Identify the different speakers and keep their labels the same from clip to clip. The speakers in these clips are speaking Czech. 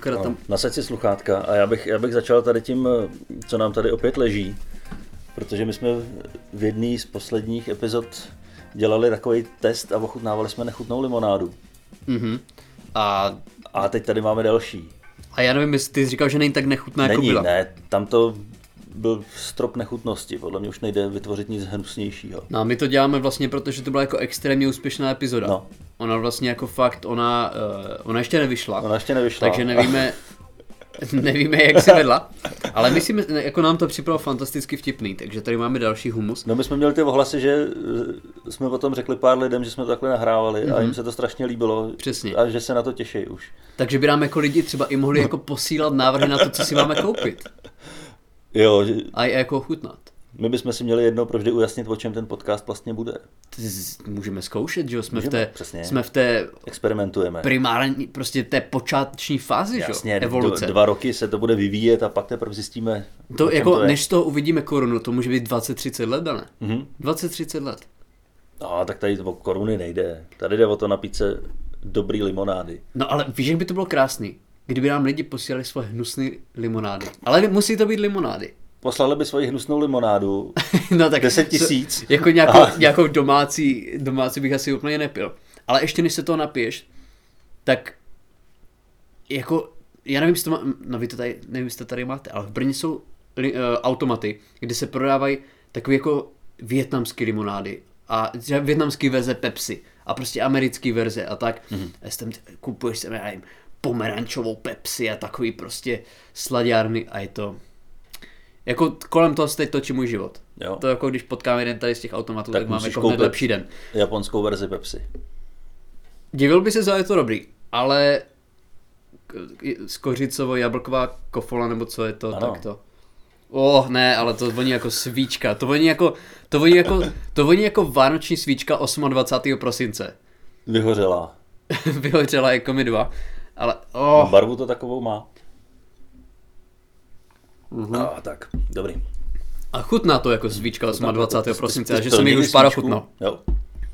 Speaker 1: Kratam.
Speaker 2: No, nasaď si sluchátka a já bych, já bych začal tady tím, co nám tady opět leží, protože my jsme v jedné z posledních epizod dělali takový test a ochutnávali jsme nechutnou limonádu. No.
Speaker 1: Mhm. A,
Speaker 2: A teď tady máme další.
Speaker 1: a já nevím, jestli ty jsi říkal, že není tak nechutná, jako
Speaker 2: Není,
Speaker 1: byla.
Speaker 2: ne, tam to byl strop nechutnosti, podle mě už nejde vytvořit nic hnusnějšího.
Speaker 1: No a my to děláme vlastně, protože to byla jako extrémně úspěšná epizoda.
Speaker 2: No.
Speaker 1: Ona vlastně jako fakt, ona, eh, ona ještě nevyšla.
Speaker 2: Ona ještě nevyšla.
Speaker 1: Takže nevíme, nevíme, jak se vedla. Ale myslím, jako nám to připadalo fantasticky vtipný, takže tady máme další humus.
Speaker 2: No my jsme měli ty ohlasy, že eh, jsme potom řekli pár lidem, že jsme to takhle nahrávali mm-hmm. a jim se to strašně líbilo.
Speaker 1: Mhm. Přesně.
Speaker 2: A že se na to těší už.
Speaker 1: Takže by nám jako lidi třeba i mohli jako posílat návrhy na to, co si máme koupit.
Speaker 2: Jo, že-
Speaker 1: A je jako ochutnat.
Speaker 2: my bychom si měli jednou provždy ujasnit, o čem ten podcast vlastně bude.
Speaker 1: Z- Můžeme zkoušet, že jo? Jsme, v,
Speaker 2: Můžeme,
Speaker 1: té,
Speaker 2: přesně.
Speaker 1: jsme v té
Speaker 2: Experimentujeme.
Speaker 1: primární, prostě té počáteční fázi, že
Speaker 2: Jasně,
Speaker 1: jo? Evoluce.
Speaker 2: d- dva roky se to bude vyvíjet a pak teprve zjistíme, o
Speaker 1: To
Speaker 2: čem
Speaker 1: jako,
Speaker 2: to je.
Speaker 1: než z toho uvidíme korunu, to může být 20-30 let, ne?
Speaker 2: Mhm.
Speaker 1: 20-30 let.
Speaker 2: No, tak tady o koruny nejde. Tady jde o to napít se dobrý limonády.
Speaker 1: No ale víš, jak by to bylo krásný, kdyby nám lidi posílali svoje hnusné limonády. Ale musí to být limonády.
Speaker 2: Poslali by svoji hnusnou limonádu.
Speaker 1: no tak
Speaker 2: 10
Speaker 1: co-
Speaker 2: 000.
Speaker 1: Jako nějakou,
Speaker 2: A-
Speaker 1: nějakou domácí, domácí bych asi úplně nepil. Ale ještě než se toho napiješ, tak jako, já nevím, jestli to, má, no vy to tady, nevím, jestli to tady máte, ale v Brně jsou li, uh, automaty, kde se prodávají takové jako větnamské limonády a třeba větnamský verze Pepsi a prostě americký verze a tak.
Speaker 2: Mhm.
Speaker 1: Mm-hmm. A jestli tam t- kupuješ se, já nevím, pomerančovou Pepsi a takový prostě sladárny a je to... Jako t- kolem toho se teď točí můj život.
Speaker 2: Jo.
Speaker 1: To jako když potkám jeden tady z těch automatů, tak, tak máme
Speaker 2: musíš
Speaker 1: jako hned
Speaker 2: koupit
Speaker 1: lepší den.
Speaker 2: Japonskou verzi Pepsi.
Speaker 1: Divil by se, za je to dobrý, ale z kořicovo jablková kofola nebo co je to,
Speaker 2: Ano.
Speaker 1: ano. tak to. Oh, ne, ale to voní jako svíčka. To voní jako, to voní jako, to voní jako vánoční svíčka 28. prosince.
Speaker 2: Vyhořela.
Speaker 1: Vyhořela jako mi dva. Ale, oh,
Speaker 2: Barvu to takovou má. A tak, dobrý.
Speaker 1: a chutná to jako svíčka 28. prosince, že jsem
Speaker 2: Plný
Speaker 1: jich už pár
Speaker 2: svíčku.
Speaker 1: ochutnal.
Speaker 2: Jo.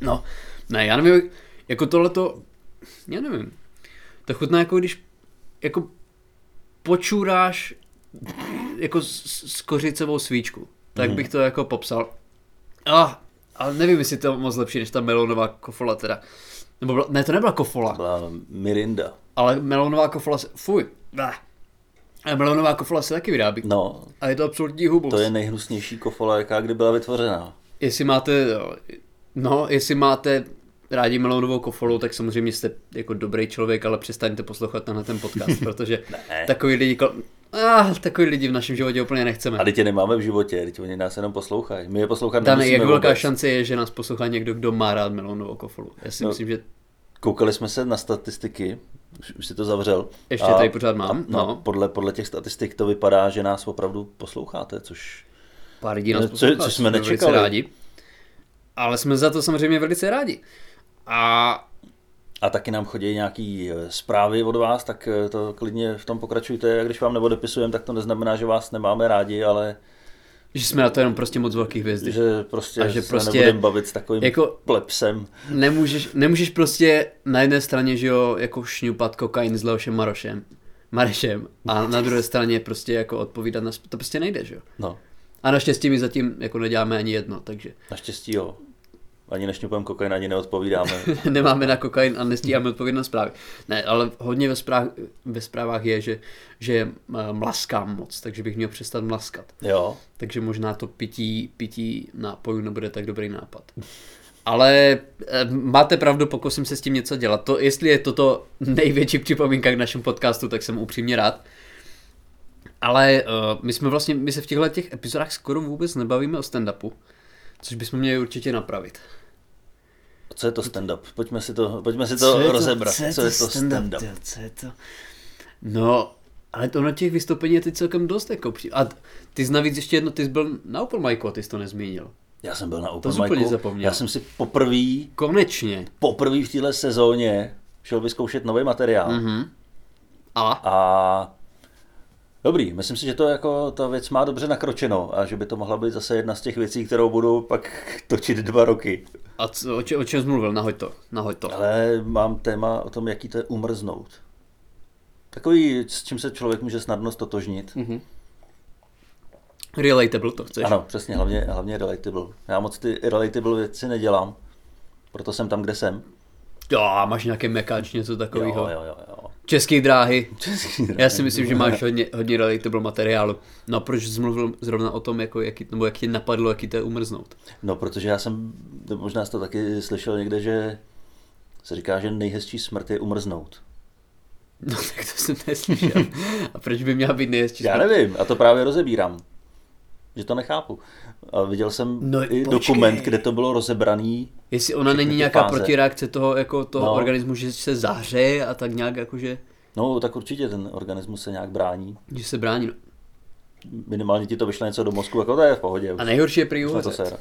Speaker 1: No, ne, já nevím, jako tohleto, já nevím, to chutná jako když, jako počůráš jako s, s kořicovou svíčku,
Speaker 2: Mhm.
Speaker 1: tak bych to jako popsal. Ah, ale nevím, jestli to je moc lepší, než ta melonová kofola teda. Nebo byla, ne, to nebyla kofola,
Speaker 2: Byla Mirinda.
Speaker 1: ale melonová kofola se, fuj, ne. Ale melonová kofola se taky vyrábí.
Speaker 2: No,
Speaker 1: A je to absolutní humus.
Speaker 2: to je nejhnusnější kofola, jaká kdy byla vytvořena.
Speaker 1: Jestli máte, no, jestli máte rádi melonovou kofolu, tak samozřejmě jste jako dobrý člověk, ale přestaňte poslouchat na ten podcast, protože
Speaker 2: Ne.
Speaker 1: takový lidi, kol... ah, takový lidi v našem životě úplně nechceme.
Speaker 2: A teď je nemáme v životě, teď oni nás jenom poslouchají. My je posloucháme
Speaker 1: Dane, jak velká šance je, že nás poslouchá někdo, kdo má rád melonovou kofolu? Já si
Speaker 2: No.
Speaker 1: no. myslím, že
Speaker 2: Koukali jsme se na statistiky, už, už si to zavřel.
Speaker 1: Ještě tady pořád mám,
Speaker 2: no,
Speaker 1: no.
Speaker 2: Podle, podle těch statistik to vypadá, že nás opravdu posloucháte, což
Speaker 1: pár lidí nás
Speaker 2: No, co-
Speaker 1: poslouchá,
Speaker 2: co jsme
Speaker 1: velice
Speaker 2: nečekali.
Speaker 1: rádi. Ale jsme za to samozřejmě velice rádi. A
Speaker 2: a taky nám chodí nějaký eh, zprávy od vás, tak eh, to klidně v tom pokračujte. A když vám neodepisujeme, tak to neznamená, že vás nemáme rádi, ale
Speaker 1: že jsme na to jenom prostě moc velký hvězdy.
Speaker 2: že prostě,
Speaker 1: A že
Speaker 2: se
Speaker 1: prostě
Speaker 2: nebudeme bavit s takovým
Speaker 1: jako-
Speaker 2: plepsem.
Speaker 1: Nemůžeš, nemůžeš prostě na jedné straně, že jo, jako šňupat kokain s Leošem Marošem, Marešem a na druhé straně prostě jako odpovídat na... sp- To prostě nejde, že jo.
Speaker 2: No,
Speaker 1: A naštěstí my zatím jako neděláme ani jedno, takže
Speaker 2: naštěstí jo. Ani nešňupujeme kokain, ani neodpovídáme.
Speaker 1: nemáme na kokain a nestíháme odpovědět na zprávy. Ne, ale hodně ve, zpráv, ve zprávách je, že, že eh, mlaskám moc, takže bych měl přestat mlaskat.
Speaker 2: jo.
Speaker 1: Takže možná to pití, pití nápojů nebude tak dobrý nápad. Ale eh, máte pravdu, pokusím se s tím něco dělat. To, jestli je toto největší připomínka k našemu podcastu, tak jsem upřímně rád. Ale uh, my jsme vlastně, my se v těchto těch epizodách skoro vůbec nebavíme o stand-upu, což bychom měli určitě napravit.
Speaker 2: Co je to stand-up? Pojďme si to, pojďme si
Speaker 1: Co je
Speaker 2: to rozebrat. Co je to
Speaker 1: stand-up,
Speaker 2: stand-up?
Speaker 1: tyjo, Co je to? No, ale to ono těch vystoupení je teď celkem dost jako při... A t- ty jsi navíc ještě jedno, ty jsi byl na Open Micu a ty jsi to nezmínil.
Speaker 2: Já jsem byl na
Speaker 1: To
Speaker 2: open
Speaker 1: jsi úplně
Speaker 2: micu.
Speaker 1: zapomněl.
Speaker 2: Já jsem si poprvé,
Speaker 1: Konečně.
Speaker 2: poprvé v téhle sezóně šel vyzkoušet nový materiál. Mm-hmm.
Speaker 1: A?
Speaker 2: A dobrý, myslím si, že to jako ta věc má dobře nakročeno a že by to mohla být zase jedna z těch věcí, kterou budu pak točit dva roky.
Speaker 1: A co, o, če, o čem jsi mluvil? Nahoď to. Nahoď to.
Speaker 2: Ale mám téma o tom, jaký to je umrznout. Takový, s čím se člověk může snadno stotožnit. Mm-hmm.
Speaker 1: Relatable to chceš.
Speaker 2: Ano, přesně, hlavně, hlavně relatable. Já moc ty relatable věci nedělám, proto jsem tam, kde jsem.
Speaker 1: Jo, máš nějaký mekáč, něco takového.
Speaker 2: Jo, jo, jo, jo.
Speaker 1: České dráhy.
Speaker 2: Český
Speaker 1: Já si myslím, že máš hodně, hodně relatable materiálu. No a proč jsi mluvil zrovna o tom, jako, jaký, nebo jak tě napadlo, jaký to je umrznout?
Speaker 2: No, protože já jsem, možná jste to taky slyšel někde, že se říká, že nejhezčí smrt je umrznout.
Speaker 1: No tak to jsem neslyšel. A proč by měla být nejhezčí
Speaker 2: Já nevím, a to právě rozebírám. Že to nechápu. A viděl jsem
Speaker 1: No,
Speaker 2: no, i
Speaker 1: počkej.
Speaker 2: dokument, kde to bylo rozebraný.
Speaker 1: Jestli ona není
Speaker 2: ty
Speaker 1: nějaká
Speaker 2: fáze.
Speaker 1: protireakce toho, jako toho
Speaker 2: No.
Speaker 1: no. organismu, že se zahřeje a tak nějak, jako jakože,
Speaker 2: No, tak určitě ten organismus se nějak brání.
Speaker 1: že se brání. No.
Speaker 2: Minimálně ti to vyšle něco do mozku, jako to je v pohodě.
Speaker 1: A
Speaker 2: Už
Speaker 1: nejhorší je prý
Speaker 2: jsme to
Speaker 1: uhořet.
Speaker 2: séra.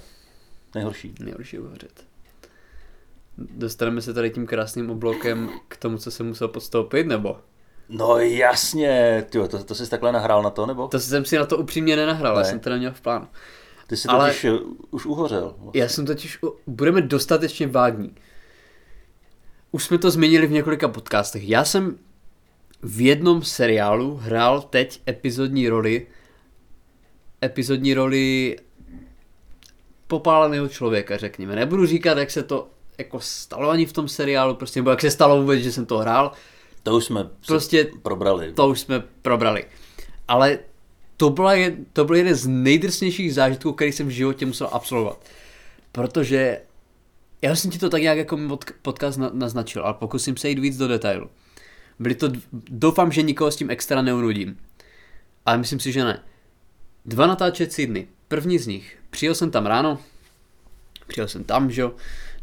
Speaker 2: Nejhorší.
Speaker 1: Nejhorší je uhořet. Dostaneme se tady tím krásným oblokem k tomu, co jsem musel podstoupit, nebo?
Speaker 2: No jasně, tyjo, to, to jsi takhle nahrál na to, nebo?
Speaker 1: To jsem si na to upřímně nenahrál, ne. já
Speaker 2: Ne.
Speaker 1: jsem to neměl v plánu.
Speaker 2: Ty jsi
Speaker 1: ale-
Speaker 2: totiž ale... už uhořel.
Speaker 1: Já jsem totiž, u- budeme dostatečně vágní. Už jsme to změnili v několika podcastech. Já jsem v jednom seriálu hrál teď epizodní roli epizodní roli popáleného člověka, řekněme. Nebudu říkat, jak se to jako stalo ani v tom seriálu, prostě, nebo jak se stalo vůbec, že jsem to hrál.
Speaker 2: To už jsme
Speaker 1: Prostě
Speaker 2: prostě probrali.
Speaker 1: To už jsme probrali. Ale to, byla je, to byl jeden z nejdrsnějších zážitků, který jsem v životě musel absolvovat. Protože já jsem ti to tak nějak jako mod- podcast na- naznačil, ale pokusím se jít víc do detailu. Byly to, dv- doufám, že nikoho s tím extra neunudím. Ale myslím si, že ne. Dva natáčecí dny. První z nich. Přijel jsem tam ráno, přijel jsem tam, že jo,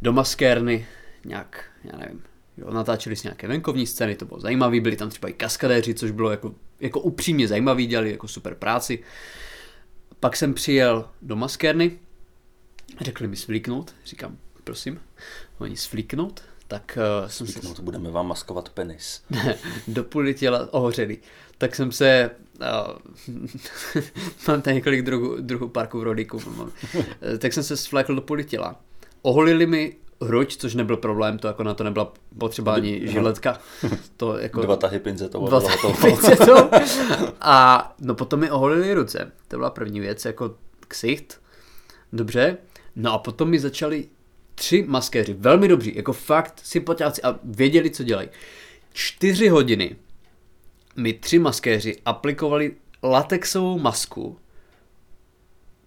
Speaker 1: do maskérny, nějak, já nevím, jo, natáčeli si nějaké venkovní scény, to bylo zajímavé, byli tam třeba i kaskadéři, což bylo jako, jako upřímně zajímavý, dělali jako super práci. Pak jsem přijel do maskérny, řekli mi svlíknout, říkám, prosím, oni svlíknout, tak uh, jsem se
Speaker 2: No, to budeme vám maskovat penis.
Speaker 1: do půli těla ohořelý. Tak jsem se... Uh, mám tady několik druhů, druhů parků v rodíku. Mám. Eh, tak jsem se svlékl do půli těla. Oholili mi hruď, což nebyl problém, to jako na to nebyla potřeba ani žiletka. To jako...
Speaker 2: Dva tahy pinzetova.
Speaker 1: Dva
Speaker 2: bylo
Speaker 1: tahy
Speaker 2: hotovo.
Speaker 1: pincetou. A no potom mi oholili ruce. To byla první věc, jako ksicht. Dobře. No a potom mi začali tři maskéři, velmi dobří, jako fakt sympatiáci a věděli, co dělají. Čtyři hodiny mi tři maskéři aplikovali latexovou masku,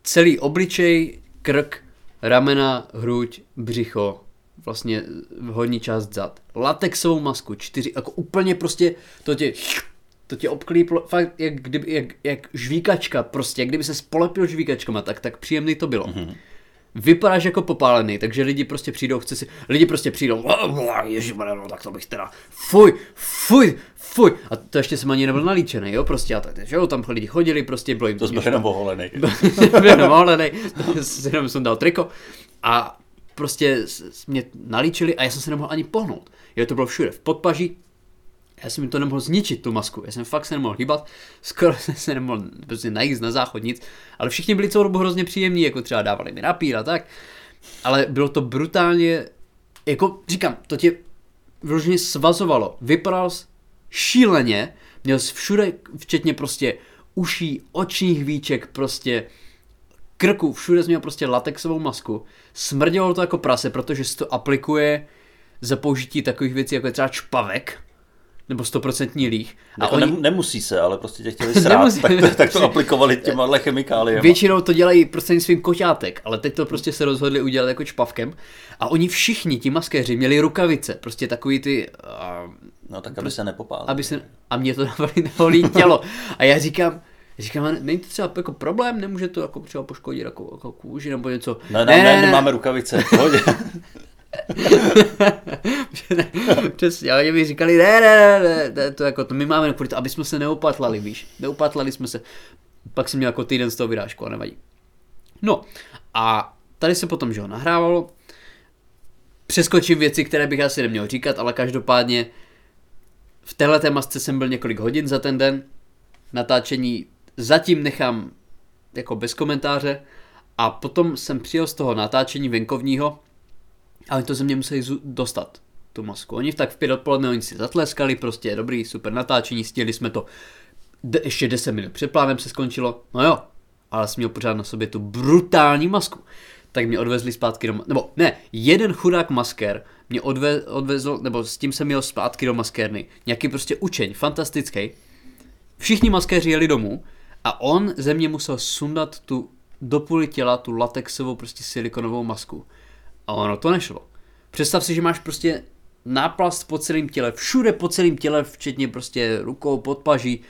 Speaker 1: celý obličej, krk, ramena, hruď, břicho, vlastně hodní část zad. Latexovou masku, čtyři, jako úplně prostě to tě, to tě obklíplo, fakt jak, kdyby, jak, jak žvíkačka, prostě, jak kdyby se spolepil žvíkačkama, tak, tak příjemný to bylo.
Speaker 2: Mhm.
Speaker 1: Mm-hmm. Vypadáš jako popálený, takže lidi prostě přijdou, chce si, lidi prostě přijdou, ježimarja, no tak to bych teda, fuj, fuj, fuj, a to ještě jsem ani nebyl nalíčený, jo, prostě, a tak, že jo, tam lidi chodili, prostě bylo jim
Speaker 2: To jsme jenom oholený.
Speaker 1: byl jenom ohlenej, jenom jsem dal triko a prostě s- s- mě nalíčili a já jsem se nemohl ani pohnout. Jo, to bylo všude v podpaží, já jsem mi to nemohl zničit, tu masku, já jsem fakt se nemohl hýbat, skoro jsem se nemohl prostě najíst na záchod nic, ale všichni byli celou dobu hrozně příjemní, jako třeba dávali mi napír a tak, ale bylo to brutálně, jako říkám, to tě vyloženě svazovalo, vypadal jsi šíleně, měl jsi všude, včetně prostě uší, očních víček, prostě krku, všude jsi měl prostě latexovou masku, smrdělo to jako prase, protože se to aplikuje za použití takových věcí, jako je třeba čpavek, nebo stoprocentní líh. A
Speaker 2: Jako
Speaker 1: oni
Speaker 2: nem- nemusí se, ale prostě tě chtěli srát,
Speaker 1: Nemusí.
Speaker 2: tak, to, tak to aplikovali těma chemikáliemi.
Speaker 1: většinou to dělají prostřednictvím koťátek, ale teď to prostě se rozhodli udělat jako čpavkem. A oni všichni, ti maskéři, měli rukavice, prostě takový ty... Uh,
Speaker 2: No tak, aby se nepopálili.
Speaker 1: aby se, a mě to dávali na holý tělo. A já říkám, říkám, "A není to třeba jako problém, nemůže to jako třeba poškodit jako, jako kůži nebo něco.
Speaker 2: Ne, No, ne, ne, ne, máme rukavice. v pohodě.
Speaker 1: Přesně, a oni mi říkali, ne, ne, ne, ne, to, jako, to my máme kvůli to, aby jsme se neupatlali, víš, neupatlali jsme se. Pak jsem měl jako týden z toho vyrážku a nevadí. No a tady se potom, že ho nahrávalo, přeskočím věci, které bych asi neměl říkat, ale každopádně v téhle masce jsem byl několik hodin za ten den. Natáčení zatím nechám jako bez komentáře. A potom jsem přijel z toho natáčení venkovního, ale to ze mě museli zu- dostat, tu masku. Oni tak v pět odpoledne, oni si zatleskali, prostě dobrý, super natáčení, stihli jsme to. De- ještě 10 minut před plánem se skončilo, no jo, ale jsem měl pořád na sobě tu brutální masku. Tak mě odvezli zpátky do, ma- nebo ne, jeden chudák masker mě odve- odvezl, nebo s tím jsem jel zpátky do maskérny. Nějaký prostě učeň, fantastický. Všichni maskéři jeli domů a on ze mě musel sundat tu do půli těla tu latexovou prostě silikonovou masku. A ono to nešlo. Představ si, že máš prostě náplast po celém těle, všude po celém těle, včetně prostě rukou, podpaží,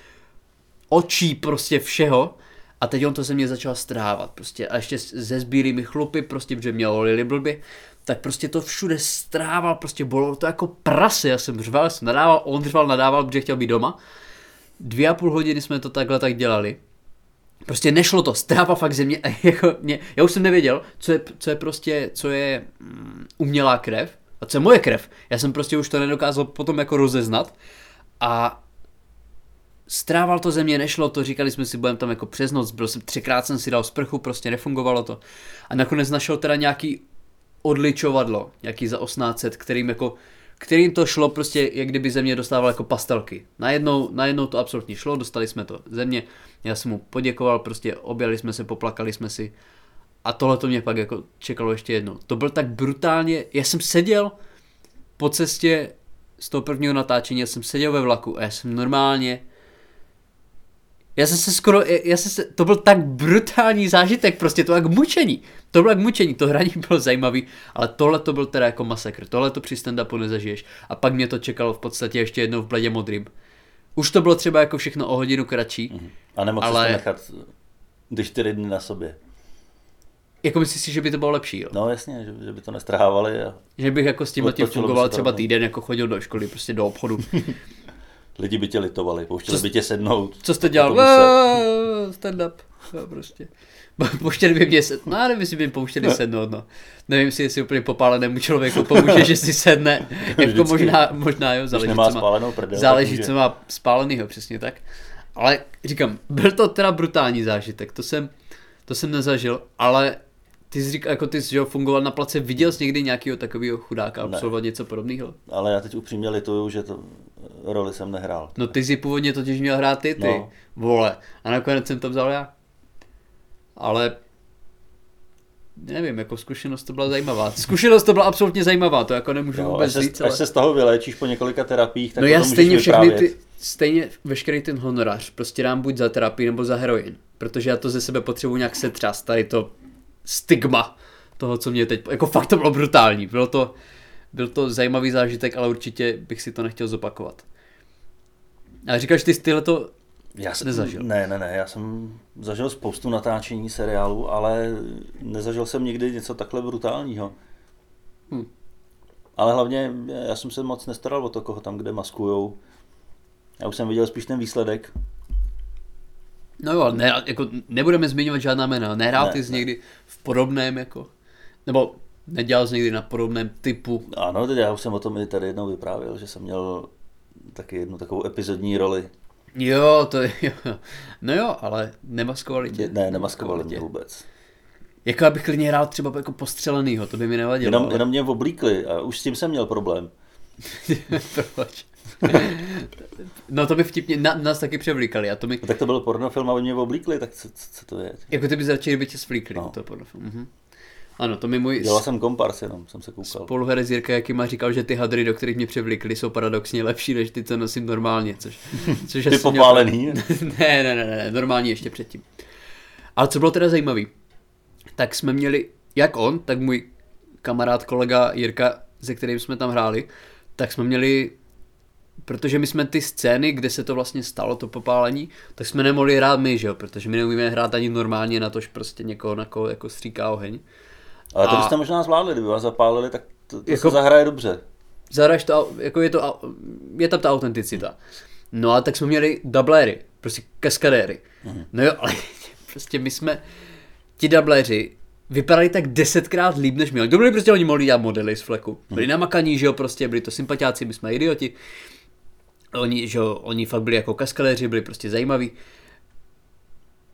Speaker 1: očí, prostě všeho. A teď on to se mě začal strávat prostě a ještě s- se sbírými chlupy, prostě, protože mě olili blbě, tak prostě to všude strával, prostě bylo to jako prase, já jsem řval, jsem nadával, on řval, nadával, protože chtěl být doma. Dvě a půl hodiny jsme to takhle tak dělali. Prostě nešlo to, stráva fakt ze mě, a jako mě, já už jsem nevěděl, co je, co je prostě, co je mm, umělá krev a co je moje krev. Já jsem prostě už to nedokázal potom jako rozeznat a strával to ze mě, nešlo to, říkali jsme si, budeme tam jako přes noc, byl jsem, třikrát jsem si dal sprchu, prostě nefungovalo to. A nakonec našel teda nějaký odličovadlo, nějaký za 1800, kterým jako, kterým to šlo prostě, jak kdyby ze mě dostával jako pastelky. Najednou, najednou to absolutně šlo, dostali jsme to ze mě, já jsem mu poděkoval, prostě objali jsme se, poplakali jsme si a tohle to mě pak jako čekalo ještě jednou. To byl tak brutálně, já jsem seděl po cestě z toho prvního natáčení, já jsem seděl ve vlaku a já jsem normálně já jsem se skoro, já jsem se, to byl tak brutální zážitek, prostě to jak mučení. To bylo jak mučení, to hraní bylo zajímavý, ale tohle to byl teda jako masakr, tohle to při stand nezažiješ. A pak mě to čekalo v podstatě ještě jednou v bledě modrým. Už to bylo třeba jako všechno o hodinu kratší.
Speaker 2: A nemohl
Speaker 1: Ale-
Speaker 2: ale... to nechat ty čtyři dny na sobě.
Speaker 1: Jako myslíš si, že by to bylo lepší, jo?
Speaker 2: No jasně, že, že by to nestrhávali a
Speaker 1: Že bych jako s tím tím
Speaker 2: Otočilo by se
Speaker 1: fungoval
Speaker 2: to,
Speaker 1: třeba
Speaker 2: no.
Speaker 1: týden, jako chodil do školy, prostě do obchodu.
Speaker 2: lidi by tě litovali, pouštěli by tě sednout.
Speaker 1: Co jste dělal?
Speaker 2: Potom se-
Speaker 1: Wow, Stand up. Jo, prostě. Pouštěli by mě sednout. No, já nevím, jestli by mě pouštěli sednout. No. Nevím, jestli, jestli úplně popálenému člověku pomůže, že si sedne. Jako
Speaker 2: Vždycky.
Speaker 1: možná, možná jo, záleží,
Speaker 2: nemá
Speaker 1: co má,
Speaker 2: spálenou prdel, tak
Speaker 1: záleží
Speaker 2: může.
Speaker 1: co má spálenýho, přesně tak. Ale říkám, byl to teda brutální zážitek, to jsem, to jsem nezažil, ale ty jsi říkal, jako ty jsi že jo, fungoval na place, viděl jsi někdy nějakého takového chudáka absolvovat něco podobného?
Speaker 2: Ale já teď upřímně lituju, že to eh, roli jsem nehrál.
Speaker 1: No ty si původně totiž měl hrát ty, ty, no.
Speaker 2: No.
Speaker 1: vole. A nakonec jsem to vzal já. Ale nevím, jako zkušenost to byla zajímavá. Zkušenost to byla absolutně zajímavá, to jako nemůžu
Speaker 2: Jo,
Speaker 1: vůbec
Speaker 2: až, se,
Speaker 1: říct, ale...
Speaker 2: až se z toho vyléčíš po několika terapiích, tak
Speaker 1: no
Speaker 2: o
Speaker 1: já
Speaker 2: tom můžeš
Speaker 1: stejně všechny ty,
Speaker 2: vyprávět.
Speaker 1: stejně veškerý ten honorář prostě dám buď za terapii nebo za heroin, protože já to ze sebe potřebuji nějak setřást, tady to stigma toho, co mě teď, jako fakt to bylo brutální, bylo to, byl to zajímavý zážitek, ale určitě bych si to nechtěl zopakovat. A říkáš ty styl to,
Speaker 2: Já jsem,
Speaker 1: nezažil.
Speaker 2: Ne, ne, ne, já jsem zažil spoustu natáčení seriálu, ale nezažil jsem nikdy něco takhle brutálního.
Speaker 1: Hm.
Speaker 2: Ale hlavně já jsem se moc nestaral o to, koho tam kde maskujou. Já už jsem viděl spíš ten výsledek.
Speaker 1: no jo, ne, jako nebudeme zmiňovat žádná jména, nehrál
Speaker 2: Ne,
Speaker 1: ty jsi
Speaker 2: ne.
Speaker 1: někdy v podobném jako, nebo nedělal jsi někdy na podobném typu,
Speaker 2: Ano, teď já už jsem o tom i tady jednou vyprávěl, že jsem měl taky jednu takovou epizodní roli.
Speaker 1: jo, to je, jo. no jo, ale nemaskovali tě.
Speaker 2: Ne, nemaskovali mě vůbec.
Speaker 1: Jako abych klidně hrál třeba jako postřelenýho, to by mi nevadilo.
Speaker 2: Jenom,
Speaker 1: ale-
Speaker 2: jenom mě oblíkli a už s tím jsem měl problém.
Speaker 1: Proč? no to by vtipně, na, nás taky převlíkali a to mi,
Speaker 2: No, tak to byl pornofilm, aby mě oblíkli, tak co, co co to je?
Speaker 1: jako ty bys radši, kdyby tě svlíkli, no.
Speaker 2: No.
Speaker 1: to podle mhm. Ano, to mi můj
Speaker 2: Dělal jsem kompars jenom, jsem se koukal.
Speaker 1: spoluherec Jirka Jakýma říkal, že ty hadry, do kterých mě převlíkli, jsou paradoxně lepší, než ty, co nosím normálně, což, což asi
Speaker 2: Ty
Speaker 1: měl-
Speaker 2: popálený.
Speaker 1: ne, ne, ne, ne, normálně ještě předtím. Ale co bylo teda zajímavý, tak jsme měli, jak on, tak můj kamarád, kolega Jirka, se kterým jsme tam hráli, tak jsme měli, protože my jsme ty scény, kde se to vlastně stalo, to popálení, tak jsme nemohli hrát my, že jo, protože my neumíme hrát ani normálně na tož prostě někoho, na koho jako stříká oheň.
Speaker 2: Ale to
Speaker 1: A-
Speaker 2: byste možná zvládli, kdyby vás zapálili, tak to,
Speaker 1: Jako-
Speaker 2: to jako... se zahraje dobře.
Speaker 1: zahraješ to, au- jako je to, au- je tam ta autenticita. No a tak jsme měli dubléry, prostě kaskadéry. No jo, ale prostě my jsme, ti dubléři vypadali tak desetkrát líp, než my. To byli prostě oni mohli dělat modely z fleku. Byli namakaní, že jo, prostě byli to sympatiáci, my jsme idioti. Oni, že jo, oni fakt byli jako kaskaléři, byli prostě zajímaví.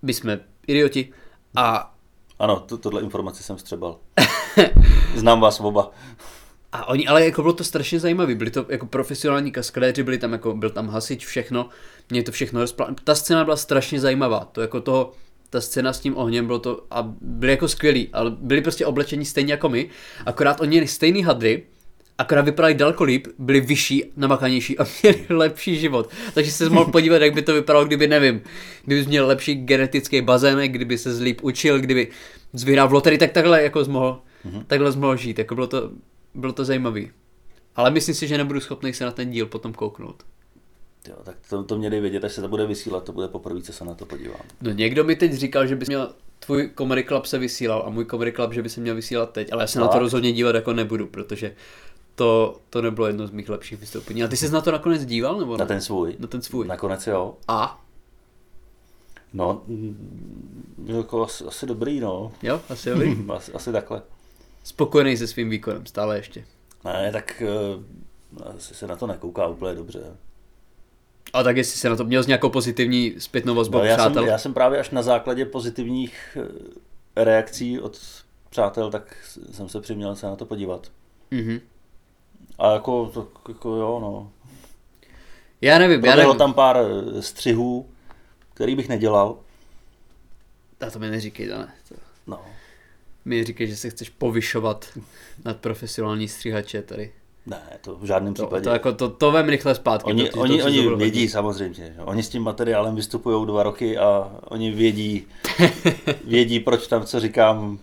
Speaker 1: My jsme idioti. A,
Speaker 2: Ano, to, tohle informaci jsem střebal. Znám vás oba.
Speaker 1: a oni, ale jako bylo to strašně zajímavý, byli to jako profesionální kaskaléři, byli tam jako, byl tam hasič, všechno, mě to všechno rozplán. Ta scéna byla strašně zajímavá, to jako toho, ta scéna s tím ohněm bylo to, a byli jako skvělí, ale byli prostě oblečení stejně jako my, akorát oni měli stejný hadry, akorát vypadali daleko líp, byli vyšší, namakanější a měli lepší život. Takže se mohl podívat, jak by to vypadalo, kdyby, nevím, kdyby měl lepší genetický bazének, kdyby se líp učil, kdyby zvyhrál v loterii, tak takhle jako zmohl,
Speaker 2: Mhm.
Speaker 1: mm-hmm. takhle zmohl žít. Jako bylo to, bylo to zajímavý. Ale myslím si, že nebudu schopný se na ten díl potom kouknout.
Speaker 2: Jo, tak to, to mě dej vědět, až se to bude vysílat, to bude poprvé, co se na to podívám.
Speaker 1: No někdo mi teď říkal, že bys měl tvůj Comedy Club se vysílal a můj Comedy Club, že by se měl vysílat teď, ale já se na to
Speaker 2: Fakt?
Speaker 1: rozhodně dívat jako nebudu, protože to, to nebylo jedno z mých lepších vystoupení. A ty jsi na to nakonec díval? Nebo
Speaker 2: Na
Speaker 1: ne?
Speaker 2: ten svůj.
Speaker 1: No, Na ten svůj.
Speaker 2: Nakonec jo.
Speaker 1: A?
Speaker 2: No, mm, jako asi, asi dobrý, no.
Speaker 1: Jo, asi jo. viď?
Speaker 2: Asi, asi takhle.
Speaker 1: Spokojený se svým výkonem, stále ještě.
Speaker 2: Ne, tak eh, asi se na to nekouká úplně dobře.
Speaker 1: A tak jestli se na to měl z nějakou pozitivní zpětnou vazbu,
Speaker 2: No, já, jsem,
Speaker 1: přátel.
Speaker 2: já jsem právě až na základě pozitivních eh, reakcí od přátel, tak jsem se přiměl se na to podívat.
Speaker 1: Mhm.
Speaker 2: A jako, to, jako jo, no.
Speaker 1: já nevím, já
Speaker 2: Proběhlo
Speaker 1: nevím.
Speaker 2: tam pár eh, střihů, který bych nedělal.
Speaker 1: A to mi neříkej, to ne. To...
Speaker 2: No,
Speaker 1: Mi říkej, že se chceš povyšovat nad profesionální stříhače tady.
Speaker 2: ne, to v žádném
Speaker 1: To,
Speaker 2: případě.
Speaker 1: to, jako to, to vem rychle zpátky.
Speaker 2: Oni,
Speaker 1: protože
Speaker 2: oni,
Speaker 1: to, co to
Speaker 2: oni
Speaker 1: bylo
Speaker 2: vědí
Speaker 1: hodně.
Speaker 2: samozřejmě. že jo. Oni s tím materiálem vystupují dva roky a oni vědí, vědí, proč tam co říkám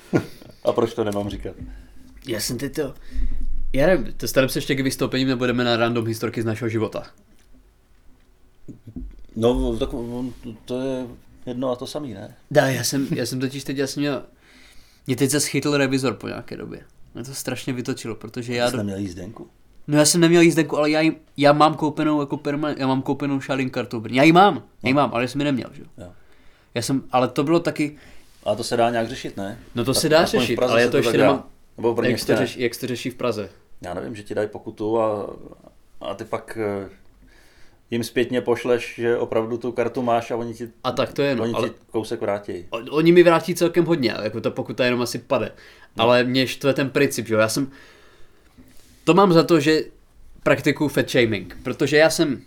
Speaker 2: a proč to nemám říkat.
Speaker 1: Já jsem teď to... Já nevím, to staneme se ještě k vystoupením nebo jdeme na random historky z našeho života.
Speaker 2: No, tak on- to je jedno a to samý, ne?
Speaker 1: Da, já jsem, já jsem totiž teď, já jsem měl... Mě teď zase chytl revizor po nějaké době. Mě to strašně vytočilo, protože já...
Speaker 2: Jsi
Speaker 1: Do...
Speaker 2: neměl jízdenku.
Speaker 1: No já jsem neměl jízdenku, ale já, jim, já mám koupenou jako permanent, já mám koupenou šalin kartu. v Brně. Já ji mám, já ji mám, ale já jsem ji neměl, že? jo.
Speaker 2: No. Jo.
Speaker 1: Já jsem, ale to bylo taky,
Speaker 2: A to se dá nějak řešit, ne?
Speaker 1: No to
Speaker 2: Tak-
Speaker 1: se dá
Speaker 2: aspoň v
Speaker 1: řešit,
Speaker 2: Praze
Speaker 1: ale já
Speaker 2: se
Speaker 1: to ještě
Speaker 2: tak dá.
Speaker 1: nemám-
Speaker 2: Nebo v Brně
Speaker 1: jak se, to
Speaker 2: ne.
Speaker 1: řeší, jak se to řeší v Praze.
Speaker 2: Já nevím, že ti dají pokutu a, a ty pak eh, jim zpětně pošleš, že opravdu tu kartu máš a oni ti,
Speaker 1: A tak to je, no.
Speaker 2: oni ti
Speaker 1: ale...
Speaker 2: kousek vrátí.
Speaker 1: On- Oni mi vrátí celkem hodně, jako ta pokuta jenom asi pade. Ale mě štve ten princip, že jo. Já jsem... To mám za to, že praktikuju fat shaming, protože já jsem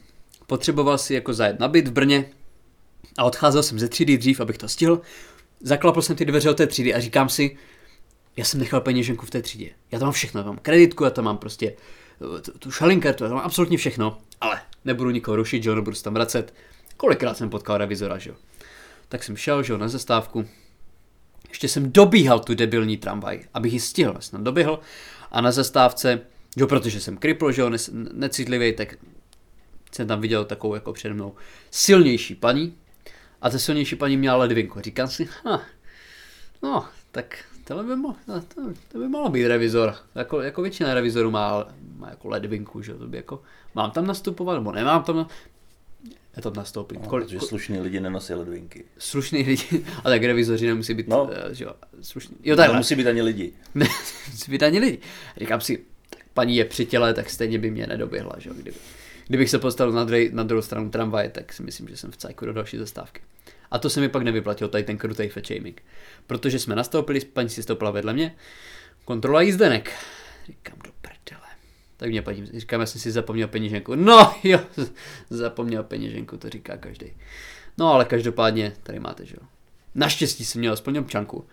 Speaker 1: potřeboval si jako zajet na byt v Brně a odcházel jsem ze třídy dřív, abych to stihl. Zaklapl jsem ty dveře od té třídy a říkám si, já jsem nechal peněženku v té třídě. Já tam mám všechno, já tam mám kreditku, já tam mám prostě eh, tu- tu šalinkartu, já tam mám absolutně všechno, ale nebudu nikoho rušit, že jo, nebudu se tam vracet. Kolikrát jsem potkal revizora, že jo. Tak jsem šel, že jo, na zastávku. Ještě jsem dobíhal tu debilní tramvaj, abych ji stihl, já jsem tam doběhl a na zastávce, že jo, protože jsem kripl, že jo, nes- necitlivý, tak jsem tam viděl takovou jako přede mnou silnější paní a ta silnější paní měla ledvinku. Říkám si, ha, no, tak tohle by, mo- no, to, to by mohlo být revizor. Jako, jako většina revizorů má, má jako ledvinku, že jo, to by jako, mám tam nastupovat, nebo nemám tam, na- já tam nastoupím.
Speaker 2: No,
Speaker 1: Kol-
Speaker 2: protože slušní lidi nenosí ledvinky.
Speaker 1: slušný lidi, a tak revizoři nemusí být, no.
Speaker 2: No.
Speaker 1: uh, že jo, slušný. Jo, takhle,
Speaker 2: Nemusí být ani lidi.
Speaker 1: musí být ani lidi. Říkám si, tak paní je při těle, tak stejně by mě nedoběhla, že jo, kdyby. Kdybych se postavil na, drej, na druhou stranu tramvaje, tak si myslím, že jsem v cajku do další zastávky. A to se mi pak nevyplatilo, tady ten krutej fat shaming. Protože jsme nastoupili, paní si stoupila vedle mě, kontrola jízdenek. Říkám, do prdele. Tak mě paní, říkám, já jsem si zapomněl peněženku. No jo, zapomněl peněženku, to říká každý. No ale každopádně, tady máte, že jo. Naštěstí jsem měl aspoň občanku.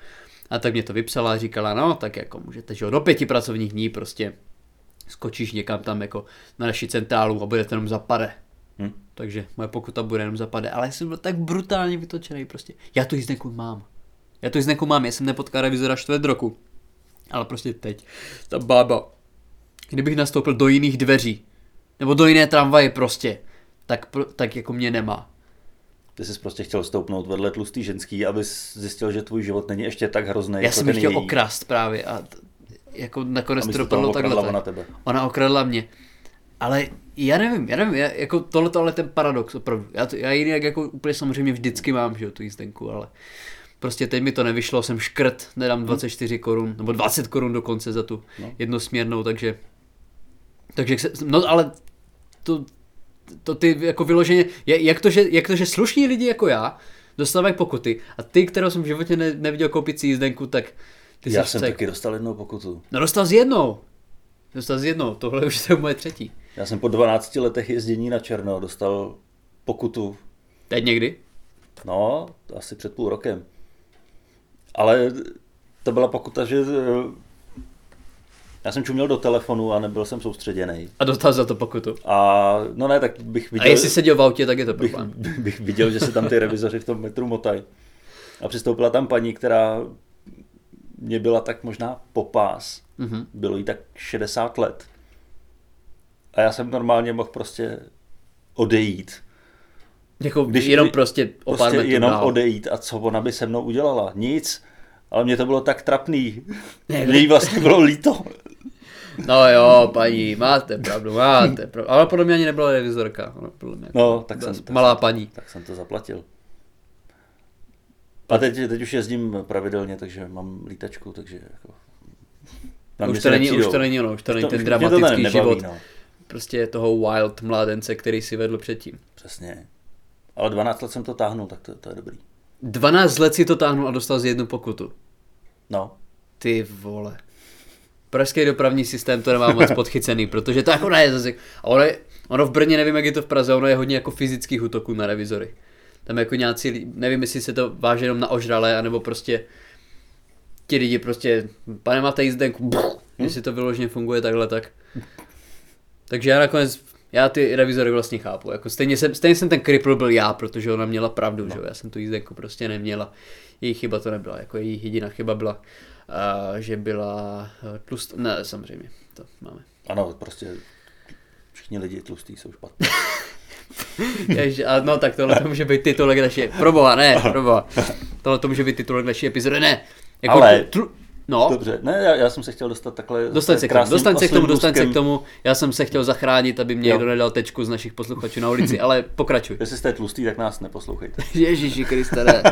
Speaker 1: A tak mě to vypsala a říkala, no tak jako můžete, že jo, do pěti pracovních dní prostě skočíš někam tam jako na naši centrálu a budete jenom za pade.
Speaker 2: Hm?
Speaker 1: Takže moje pokuta bude jenom za pade. Ale já jsem byl tak brutálně vytočený prostě. Já tu jízdenku mám. Já tu jízdenku mám, já jsem nepotkal revizora čtvrt roku. Ale prostě teď, ta bába, kdybych nastoupil do jiných dveří, nebo do jiné tramvaje prostě, tak, pro, tak jako mě nemá.
Speaker 2: Ty jsi prostě chtěl stoupnout vedle tlustý ženský, abys zjistil, že tvůj život není ještě tak hrozný. jako
Speaker 1: Já jsem ji chtěl okrást právě a t- jako nakonec to
Speaker 2: Aby se to
Speaker 1: dopadlo
Speaker 2: okradla
Speaker 1: takhle.
Speaker 2: ona
Speaker 1: tak.
Speaker 2: tebe.
Speaker 1: Ona okradla mě. Ale já nevím, já nevím, já, jako tohle, tohle je ten paradox opravdu. Já, to, já jinak jako úplně samozřejmě vždycky mám, že jo, tu jízdenku, ale prostě teď mi to nevyšlo, jsem škrt, nedám 24 korun, nebo 20 korun dokonce za tu
Speaker 2: Hmm. No.
Speaker 1: jednosměrnou, takže, takže se, no ale to, to ty jako vyloženě, je- jak to, že, jak to, že slušní lidi jako já dostávají pokuty a ty, kterou jsem v životě ne, neviděl koupit si jízdenku, tak ty
Speaker 2: Já
Speaker 1: jsi
Speaker 2: jsem
Speaker 1: vsek.
Speaker 2: taky dostal jednou pokutu.
Speaker 1: No dostal s jednou. Dostal s jednou, tohle už je moje třetí.
Speaker 2: Já jsem po 12 letech jezdění na černo dostal pokutu,
Speaker 1: Teď někdy?
Speaker 2: no, asi před půl rokem. Ale to byla pokuta, že eh, já jsem čuměl do telefonu a nebyl jsem soustředěný.
Speaker 1: A dostal za to pokutu.
Speaker 2: A no ne, tak bych
Speaker 1: A
Speaker 2: viděl,
Speaker 1: jestli seděl v autě, tak je to
Speaker 2: bych,
Speaker 1: problém.
Speaker 2: bych viděl, že se tam ty revizoři v tom metru motají. A přistoupila tam paní, která mě byla tak možná popás.
Speaker 1: Mhm.
Speaker 2: Bylo jí tak 60 let. A já jsem normálně mohl prostě odejít.
Speaker 1: Jako
Speaker 2: Když-
Speaker 1: Když jenom
Speaker 2: kdy-
Speaker 1: prostě o pár
Speaker 2: Prostě
Speaker 1: metrů
Speaker 2: jenom
Speaker 1: dál.
Speaker 2: odejít. A co ona by se mnou udělala? Nic. Ale mě to bylo tak trapný.
Speaker 1: Ne,
Speaker 2: Mně jí vlastně bylo líto.
Speaker 1: No jo, paní, máte pravdu, máte pravdu. Ale podle mě ani nebyla revizorka. Ona podle mě
Speaker 2: No, tak
Speaker 1: byla
Speaker 2: jsem- tak
Speaker 1: malá paní.
Speaker 2: Tak jsem to zaplatil. A teď, teď už jezdím pravidelně, takže mám lítačku, takže jako... na mě
Speaker 1: Už
Speaker 2: se
Speaker 1: to, není, už
Speaker 2: nepřijdou.
Speaker 1: to není ono, už to není
Speaker 2: už
Speaker 1: ten
Speaker 2: mě to ne-
Speaker 1: dramatický
Speaker 2: nebaví,
Speaker 1: život.
Speaker 2: No.
Speaker 1: Prostě toho wild mládence, který si vedl předtím.
Speaker 2: Přesně. Ale 12 let jsem to táhnul, tak to, to je dobrý.
Speaker 1: 12 let si to táhnul a dostal z jednu pokutu.
Speaker 2: No,
Speaker 1: Ty vole. Pražský dopravní systém to nemá moc podchycený, protože tak ona je zase. A ono, je, ono v Brně, nevím, jak je to v Praze, ono je hodně jako fyzických útoků na revizory. Tam jako nějací, lidi- nevím, jestli se to váže jenom na ožralé, anebo prostě ti lidi prostě, pane máte jízdenku, buch,
Speaker 2: Hm?
Speaker 1: jestli to vyloženě funguje takhle, tak. Takže já nakonec, já ty revizory vlastně chápu, jako stejně jsem, stejně jsem ten kripl byl já, protože ona měla pravdu,
Speaker 2: No.
Speaker 1: že jo, já jsem tu jízdenku prostě neměla, její chyba to nebyla, jako její jediná chyba byla, uh, že byla uh, tlust, ne, samozřejmě, to máme.
Speaker 2: ano, prostě všichni lidi tlustí jsou špatní.
Speaker 1: Ježi, a no tak tohle to může být titulek naší, proboha, ne, proboha, tohle to může být titulek naší epizody, ne,
Speaker 2: Ale-
Speaker 1: tlu, no,
Speaker 2: Dobře, ne, já, já jsem se chtěl dostat takhle...
Speaker 1: Dostaň se k tomu,
Speaker 2: krásným
Speaker 1: dostaň se k tomu,
Speaker 2: oslým
Speaker 1: dostaň se
Speaker 2: luskem.
Speaker 1: k tomu. Já jsem se chtěl zachránit, aby mě
Speaker 2: Jo.
Speaker 1: někdo nedal tečku z našich posluchačů na ulici, ale pokračuj.
Speaker 2: Jestli jste tlustý, tak nás neposlouchejte.
Speaker 1: Ježíši Kriste, ne.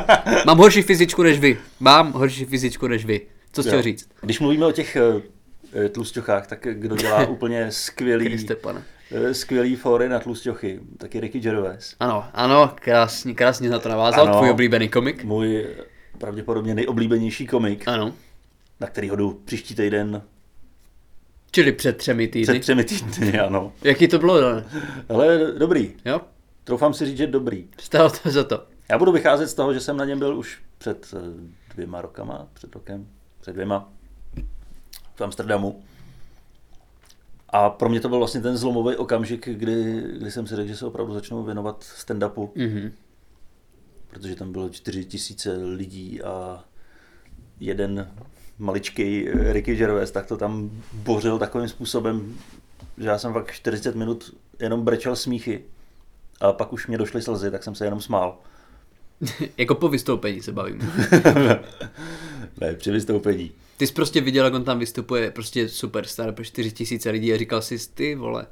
Speaker 1: Mám horší fyzičku než vy. Mám horší fyzičku než vy. Co jsi chtěl
Speaker 2: Jo.
Speaker 1: říct?
Speaker 2: Když mluvíme o těch eh, tlusťochách, tak kdo dělá úplně skvělý,
Speaker 1: Kriste, pane.
Speaker 2: eh, skvělý fóry na tlusťochy, tak je Ricky Gervais.
Speaker 1: Ano, ano, krásně, krásně na to navázal,
Speaker 2: Ano.
Speaker 1: tvůj oblíbený komik.
Speaker 2: Můj eh, pravděpodobně nejoblíbenější komik,
Speaker 1: Ano.
Speaker 2: na který ho jdu příští týden,
Speaker 1: Čili před třemi
Speaker 2: před
Speaker 1: týdny.
Speaker 2: třemi týdny, ano.
Speaker 1: Jaký to bylo, Dane?
Speaker 2: Ale dobrý,
Speaker 1: Jo?
Speaker 2: troufám si říct, že dobrý.
Speaker 1: Stalo to za to.
Speaker 2: Já budu vycházet z toho, že jsem na něm byl už před eh, dvěma rokama, před rokem, před dvěma, v Amsterdamu. A pro mě to byl vlastně ten zlomový okamžik, kdy, kdy jsem si řekl, že se opravdu začnu věnovat stand-upu,
Speaker 1: Mhm.
Speaker 2: protože tam bylo 4 tisíce lidí a jeden maličký eh, Ricky Gervais, tak to tam bořil takovým způsobem, že já jsem fakt 40 minut jenom brečel smíchy a pak už mě došly slzy, tak jsem se jenom smál.
Speaker 1: jako po vystoupení se bavím.
Speaker 2: ne, při vystoupení.
Speaker 1: Ty jsi prostě viděl, jak on tam vystupuje, prostě superstar pro 4 tisíce lidí a říkal si, ty vole,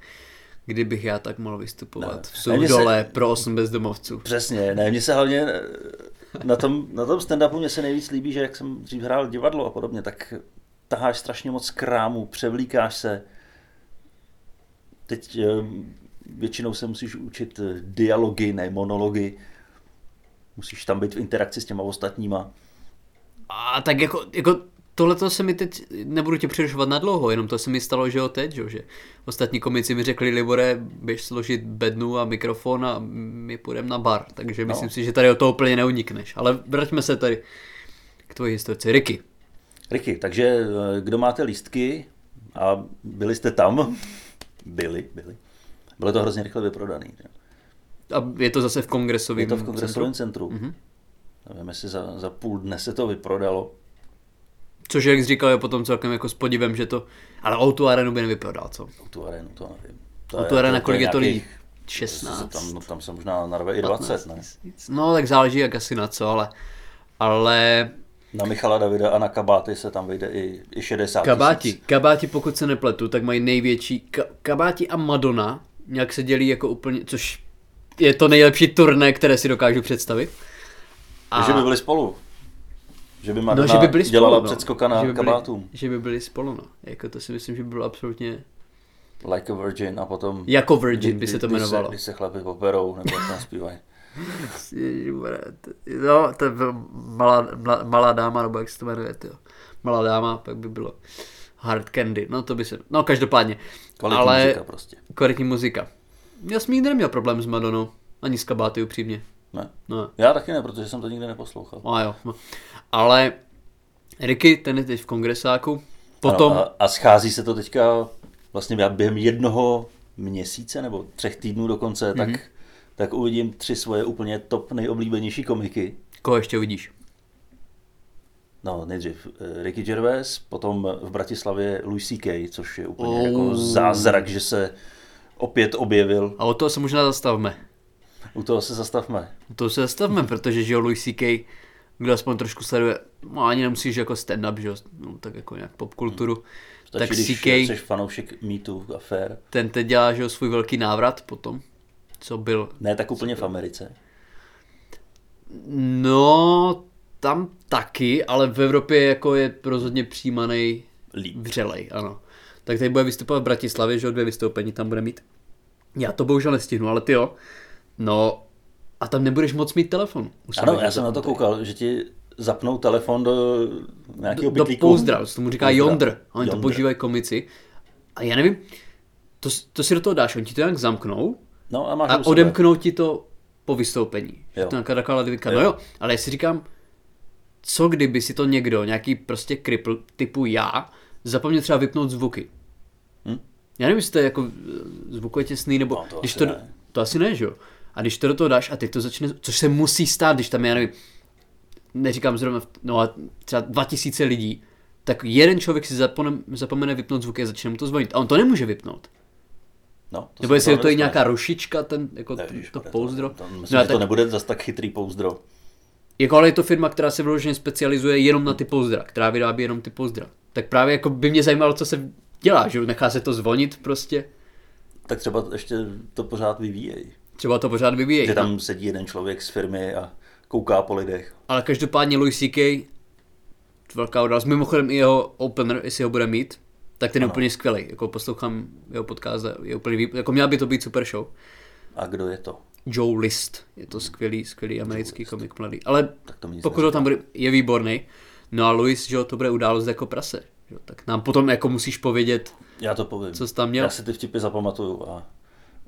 Speaker 1: kdybych já tak mohl vystupovat
Speaker 2: No.
Speaker 1: v
Speaker 2: A mně se-
Speaker 1: soudole pro 8 bezdomovců.
Speaker 2: Přesně, ne, mně se hlavně eh, na tom, na tom stand-upu mě se nejvíc líbí, že jak jsem dřív hrál divadlo a podobně, tak taháš strašně moc krámu, převlíkáš se. Teď eh, většinou se musíš učit eh, dialogy, ne monology. Musíš tam být v interakci s těma ostatníma.
Speaker 1: A tak jako, jako tohle to se mi teď, nebudu tě přerušovat na dlouho, jenom to se mi stalo, že jo, teď, že, jo, že ostatní komici mi řekli, Libore, běž složit bednu a mikrofon a my půjdeme na bar, takže no. myslím si, že tady o toho úplně neunikneš, ale vraťme se tady k tvojí historce. Ricky,
Speaker 2: Ricky, takže eh, kdo máte lístky a byli jste tam, byli, byli. Bylo to hrozně rychle vyprodaný. Že?
Speaker 1: a je to zase v kongresovém
Speaker 2: Je to v kongresovém centru.
Speaker 1: Mhm.
Speaker 2: Mm-hmm. Nevím, jestli za, za půl dne se to vyprodalo.
Speaker 1: Což, jak jsi říkal, je potom celkem jako s podivem, že to... Ale o tu arenu by nevyprodal, co?
Speaker 2: Tu arenu, to nevím. To
Speaker 1: O
Speaker 2: je-
Speaker 1: No,
Speaker 2: jako
Speaker 1: tu arena, kolik je to lidí?
Speaker 2: nějakých- se
Speaker 1: 16.
Speaker 2: Tam, no, tam se možná narve i 20, ne?
Speaker 1: No, tak záleží, jak asi na co, ale... Ale
Speaker 2: Na Michala Davida a na Kabáty se tam vejde i, i 60
Speaker 1: kabáti,
Speaker 2: tisíc.
Speaker 1: kabáti, pokud se nepletu, tak mají největší... Ka- kabáti a Madonna nějak se dělí jako úplně... Což je to nejlepší turné, které si dokážu představit. no,
Speaker 2: A... Že by byli spolu. Že by Madonna no, že by byli spolu, dělala no. předskokana
Speaker 1: že by byli,
Speaker 2: kabátům.
Speaker 1: Že by byli spolu, no. Jako to si myslím, že by bylo absolutně...
Speaker 2: Like a Virgin a potom...
Speaker 1: Jako Virgin
Speaker 2: kdy-
Speaker 1: by se
Speaker 2: kdy-
Speaker 1: to
Speaker 2: kdy
Speaker 1: jmenovalo.
Speaker 2: Když se chlapi poperou nebo jak tam zpívají.
Speaker 1: Ježimane, to- No, to je malá, mla- malá dáma, nebo jak se to jmenuje, tyjo. Malá dáma, pak by bylo Hard Candy, no to by se, no každopádně.
Speaker 2: Kvalitní
Speaker 1: Ale
Speaker 2: muzika prostě.
Speaker 1: kvalitní muzika. Já jsem nikdy neměl problém s Madonou, ani s kabáty upřímně.
Speaker 2: Ne.
Speaker 1: No,
Speaker 2: Já taky ne, protože jsem to nikdy neposlouchal.
Speaker 1: a jo. no. Ale Ricky, ten je teď v kongresáku, potom,
Speaker 2: Ano, a, a schází se to teďka vlastně já během jednoho měsíce nebo třech týdnů dokonce, mm-hmm.
Speaker 1: Mhm.
Speaker 2: tak, tak uvidím tři svoje úplně top nejoblíbenější komiky.
Speaker 1: koho ještě uvidíš?
Speaker 2: No, nejdřív eh, Ricky Gervais, potom v Bratislavě Louis C.K., což je úplně
Speaker 1: Oh.
Speaker 2: oh. jako zázrak, že se opět objevil.
Speaker 1: A o toho se možná zastavme.
Speaker 2: U toho se zastavme.
Speaker 1: To se zastavme, protože že jo, Louis C.K., kdo aspoň trošku sleduje, no ani nemusíš jako stand-up, že jo, no, tak jako nějak popkulturu,
Speaker 2: Hmm. Stačí,
Speaker 1: tak
Speaker 2: když
Speaker 1: CK,
Speaker 2: jsi fanoušek Me Too affair.
Speaker 1: ten teď dělá, že jo, svůj velký návrat potom, co byl,
Speaker 2: Ne tak úplně v Americe.
Speaker 1: no, tam taky, ale v Evropě jako je rozhodně přijímaný
Speaker 2: Líp.
Speaker 1: vřelej, ano. Tak tady bude vystupovat v Bratislavě, že jo, dvě vystoupení tam bude mít. Já to bohužel nestihnu, ale ty jo. No, a tam nebudeš moc mít telefon. Už
Speaker 2: Ano,
Speaker 1: jsem
Speaker 2: já jsem na to koukal, že ti zapnou telefon do nějakého
Speaker 1: do, do
Speaker 2: pytlíku.
Speaker 1: pouzdra, co tomu říká
Speaker 2: Pouzdra.
Speaker 1: Jondr. Oni to
Speaker 2: Yonder.
Speaker 1: používají komici. A já nevím, to, s- to si do toho dáš, oni ti to nějak zamknou
Speaker 2: No a máš
Speaker 1: a
Speaker 2: u sebe.
Speaker 1: odemknou ti to po vystoupení. Že
Speaker 2: Jo.
Speaker 1: to nějaká taková ledvinka. No jo, ale já si říkám, co kdyby si to někdo, nějaký prostě kripl typu já, zapomněl třeba vypnout zvuky.
Speaker 2: Hm?
Speaker 1: Já nevím, jestli to je jako eh, zvukově těsný, nebo
Speaker 2: No, to
Speaker 1: když
Speaker 2: asi
Speaker 1: to,
Speaker 2: ne.
Speaker 1: to asi ne, že jo? A když to do toho dáš a teď to začne, což se musí stát, když tam, je, já nevím, neříkám zrovna, v- no a třeba 2000 lidí, tak jeden člověk si zapomene, zapomene vypnout zvuky a začne mu to zvonit. A on to nemůže vypnout.
Speaker 2: No,
Speaker 1: Nebo
Speaker 2: se
Speaker 1: jestli je to
Speaker 2: opravdu
Speaker 1: i
Speaker 2: stane.
Speaker 1: nějaká rušička, ten, jako to,
Speaker 2: Ježiš,
Speaker 1: to
Speaker 2: bude
Speaker 1: pouzdro.
Speaker 2: To, to, myslím,
Speaker 1: no, a
Speaker 2: že to
Speaker 1: tak,
Speaker 2: nebude zas tak chytrý pouzdro.
Speaker 1: jako ale je to firma, která se vyloženě specializuje jenom na ty pouzdra, která vyrábí jenom ty pouzdra. Tak právě jako by mě zajímalo, co se dělá, že jo? nechá se to zvonit prostě.
Speaker 2: Tak třeba ještě to pořád vyvíjejí.
Speaker 1: Třeba to pořád vyvíjejí.
Speaker 2: Že tam sedí jeden člověk z firmy a kouká po lidech.
Speaker 1: Ale každopádně Louis C.K. velká událost. Mimochodem i jeho opener, jestli ho bude mít, tak ten je úplně skvělý. Jako poslouchám jeho podcast, a je úplně, vý- jako měla by to být super show.
Speaker 2: A kdo je to?
Speaker 1: Joe List, je to skvělý, skvělý americký komik mladý. Ale
Speaker 2: Tak to mi nic
Speaker 1: pokud ho tam bude, je výborný. No a Louis, že jo, to bude událost jako prase. Že? jo, Tak nám potom jako musíš povědět,
Speaker 2: Já to povím.
Speaker 1: Co jsi tam měl?
Speaker 2: Já si ty vtipy zapamatuju a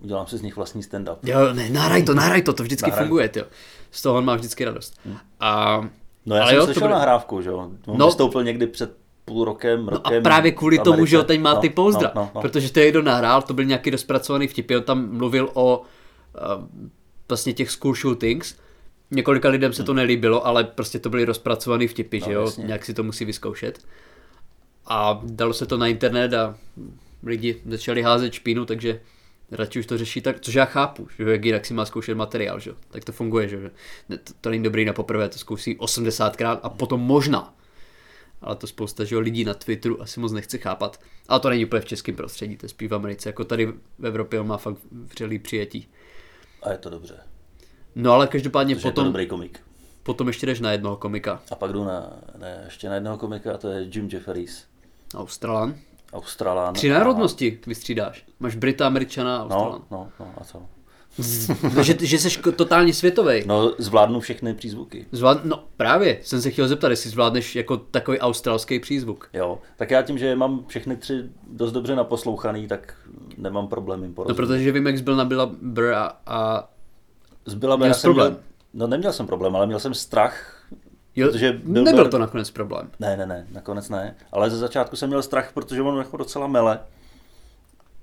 Speaker 2: udělám si z nich vlastní stand-up.
Speaker 1: jo, ne, nahraj to, nahraj to, to vždycky
Speaker 2: Nahraj. Hmm.
Speaker 1: funguje, jo. Z toho on má vždycky radost. A,
Speaker 2: No já
Speaker 1: ale
Speaker 2: jsem
Speaker 1: jo, to
Speaker 2: slyšel
Speaker 1: bude-
Speaker 2: nahrávku, že jo. On
Speaker 1: No.
Speaker 2: no. vystoupil někdy před půl rokem,
Speaker 1: No a
Speaker 2: rokem
Speaker 1: právě kvůli
Speaker 2: v
Speaker 1: tomu,
Speaker 2: Americe.
Speaker 1: že jo, teď má
Speaker 2: no,
Speaker 1: ty pouzdra.
Speaker 2: No, no, no.
Speaker 1: Protože to někdo nahrál, to byl nějaký rozpracovaný vtip, on tam mluvil o eh, vlastně těch school shootings. Několika lidem se to nelíbilo, ale prostě to byly rozpracovaný vtipy, že jo,
Speaker 2: Hm. No, jasně.
Speaker 1: nějak si to musí vyzkoušet. A dalo se to na internet a lidi začali házet špínu, takže radši už to řeší tak, což já chápu, že jo, jak jinak si má zkoušet materiál, že jo, tak to funguje, že jo. Ne, to, to není dobrý na poprvé, to zkusí 80krát a potom možná ale to spousta že jo, lidí na Twitteru asi moc nechce chápat. Ale to není úplně v českém prostředí, to je spíš v Americe. Jako tady v Evropě on má fakt vřelý přijetí.
Speaker 2: A je to dobře.
Speaker 1: No ale každopádně
Speaker 2: Že je to
Speaker 1: potom,
Speaker 2: dobrý komik.
Speaker 1: potom ještě jdeš na jednoho komika.
Speaker 2: A pak jdu na, ne, ještě na jednoho komika a to je Jim Jefferies.
Speaker 1: Australan.
Speaker 2: Australán.
Speaker 1: Tři národnosti vystřídáš. Máš Brita, Američana a
Speaker 2: A, no,
Speaker 1: Australan.
Speaker 2: no, no, a co?
Speaker 1: No, že, že jsi ko- totálně světový.
Speaker 2: No, zvládnu všechny přízvuky.
Speaker 1: Zvlád... No právě, jsem se chtěl zeptat, jestli zvládneš jako takový australský přízvuk.
Speaker 2: Jo, tak já tím, že je mám všechny tři dost dobře naposlouchaný, tak nemám problém jim
Speaker 1: No
Speaker 2: porozumět.
Speaker 1: protože vím, jak byl nabila Br a, a...
Speaker 2: Zbyla by,
Speaker 1: Měl
Speaker 2: já
Speaker 1: jsi
Speaker 2: jsem měl,
Speaker 1: problém?
Speaker 2: no neměl jsem problém, ale měl jsem strach,
Speaker 1: Jo,
Speaker 2: Protože Bill
Speaker 1: nebyl
Speaker 2: Burr-
Speaker 1: to nakonec problém.
Speaker 2: ne, ne, ne, nakonec ne, ale ze začátku jsem měl strach, protože on jako docela mele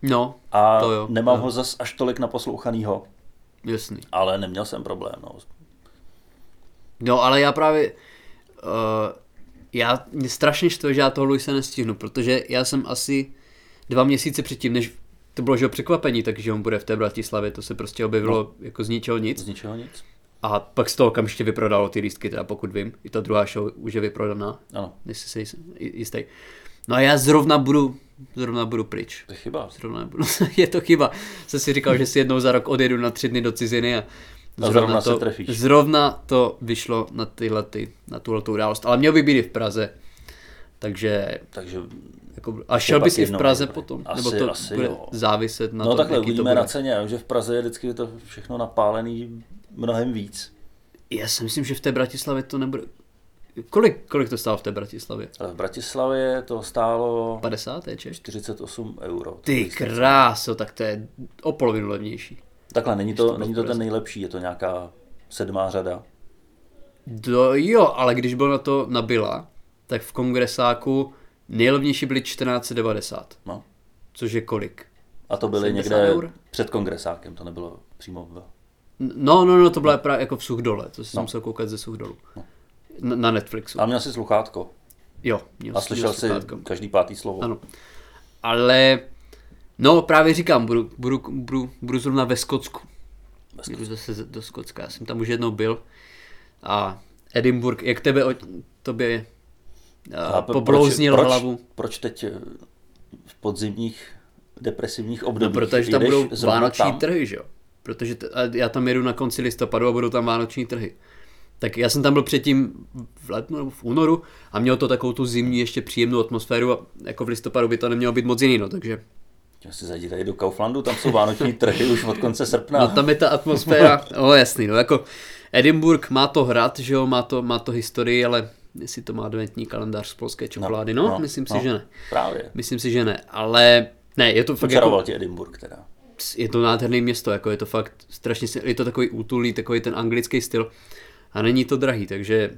Speaker 1: No,
Speaker 2: a
Speaker 1: to jo,
Speaker 2: nemám
Speaker 1: jo.
Speaker 2: ho zas až tolik naposlouchanýho,
Speaker 1: jasný.
Speaker 2: ale neměl jsem problém, no.
Speaker 1: No, ale já právě... Uh, já mě strašně štve, že já toho Luise nestihnu, protože já jsem asi dva měsíce předtím, než to bylo, že jo, překvapení, takže on bude v té Bratislavě, to se prostě objevilo no. jako z ničeho nic.
Speaker 2: Z ničeho nic.
Speaker 1: A pak z toho okamžitě vyprodalo ty lístky, teda pokud vím. I ta druhá show už je vyprodaná,
Speaker 2: Ano,
Speaker 1: jestli se jis- jistý. No a já zrovna budu, zrovna budu pryč.
Speaker 2: to je chyba.
Speaker 1: Zrovna budu, je to chyba. Jsem si říkal, že si jednou za rok odjedu na tři dny do ciziny a
Speaker 2: A zrovna se trefíš.
Speaker 1: Zrovna to vyšlo na tyhle, ty, na tuhle tu událost, ale měl by být i v Praze. Takže
Speaker 2: Takže
Speaker 1: jako, a šel bys i v
Speaker 2: jednou,
Speaker 1: Praze
Speaker 2: dobrý.
Speaker 1: potom?
Speaker 2: Asi-
Speaker 1: Nebo to
Speaker 2: asi
Speaker 1: bude
Speaker 2: jo.
Speaker 1: záviset na
Speaker 2: no
Speaker 1: tom,
Speaker 2: takhle
Speaker 1: jaký to
Speaker 2: uvidíme
Speaker 1: bude?
Speaker 2: na ceně, já vím, že v Praze je vždycky to všechno napálený mnohem víc.
Speaker 1: Já si myslím, že v té Bratislavě to nebude... Kolik, kolik to stálo v té Bratislavě?
Speaker 2: Ale v Bratislavě to stálo
Speaker 1: 50. Češ?
Speaker 2: 48 euro.
Speaker 1: Ty kráso, tak to je o polovinu levnější.
Speaker 2: Takhle, není to, není to ten
Speaker 1: 100%.
Speaker 2: nejlepší, je to nějaká sedmá řada.
Speaker 1: Do, jo, ale když byl na to nabila, tak v kongresáku nejlevnější byly 1490,
Speaker 2: No.
Speaker 1: což je kolik?
Speaker 2: A to byly
Speaker 1: 70
Speaker 2: někde
Speaker 1: eur?
Speaker 2: před kongresákem, to nebylo přímo v...
Speaker 1: No, no, no, to bylo právě jako v Suchdole, to jsem no. musel koukat ze Suchdolu. Na, na Netflixu.
Speaker 2: No. A měl jsi sluchátko
Speaker 1: Jo, měl
Speaker 2: a
Speaker 1: jsem-
Speaker 2: slyšel
Speaker 1: měl
Speaker 2: jsi
Speaker 1: sluchátko.
Speaker 2: každý pátý slovo.
Speaker 1: Ano. Ale, no právě říkám, budu, budu, budu, budu zrovna ve Skotsku. Jdu zase z- do Skotska, já jsem tam už jednou byl. A Edinburgh, jak tebe, o, tobě a,
Speaker 2: p-
Speaker 1: poblouznil
Speaker 2: proč,
Speaker 1: hlavu.
Speaker 2: Proč teď eh, v podzimních depresivních obdobích
Speaker 1: No, Protože tam
Speaker 2: jdeš
Speaker 1: budou
Speaker 2: zrovna
Speaker 1: vánoční
Speaker 2: tam?
Speaker 1: trhy, že jo? Protože t- a já tam jedu na konci listopadu a budou tam vánoční trhy. Tak já jsem tam byl předtím v lednu nebo v únoru a mělo to takovou tu zimní ještě příjemnou atmosféru a jako v listopadu by to nemělo být moc jiný, no, takže
Speaker 2: Tím si zajdi tady do Kauflandu, tam jsou vánoční trhy už od konce srpna.
Speaker 1: No tam je ta atmosféra, no jasný, no jako Edinburgh má to hrad, že jo, má to, má to historii, ale jestli to má adventní kalendář z polské čokolády, no, no myslím si, že ne.
Speaker 2: Právě.
Speaker 1: Myslím si, že ne, ale ne, je to fakt
Speaker 2: Vyčaroval
Speaker 1: jako,
Speaker 2: tě Edinburgh teda.
Speaker 1: je to nádherné město, jako je to fakt strašně, si- je to takový útulný, takový ten anglický styl a není to drahý, takže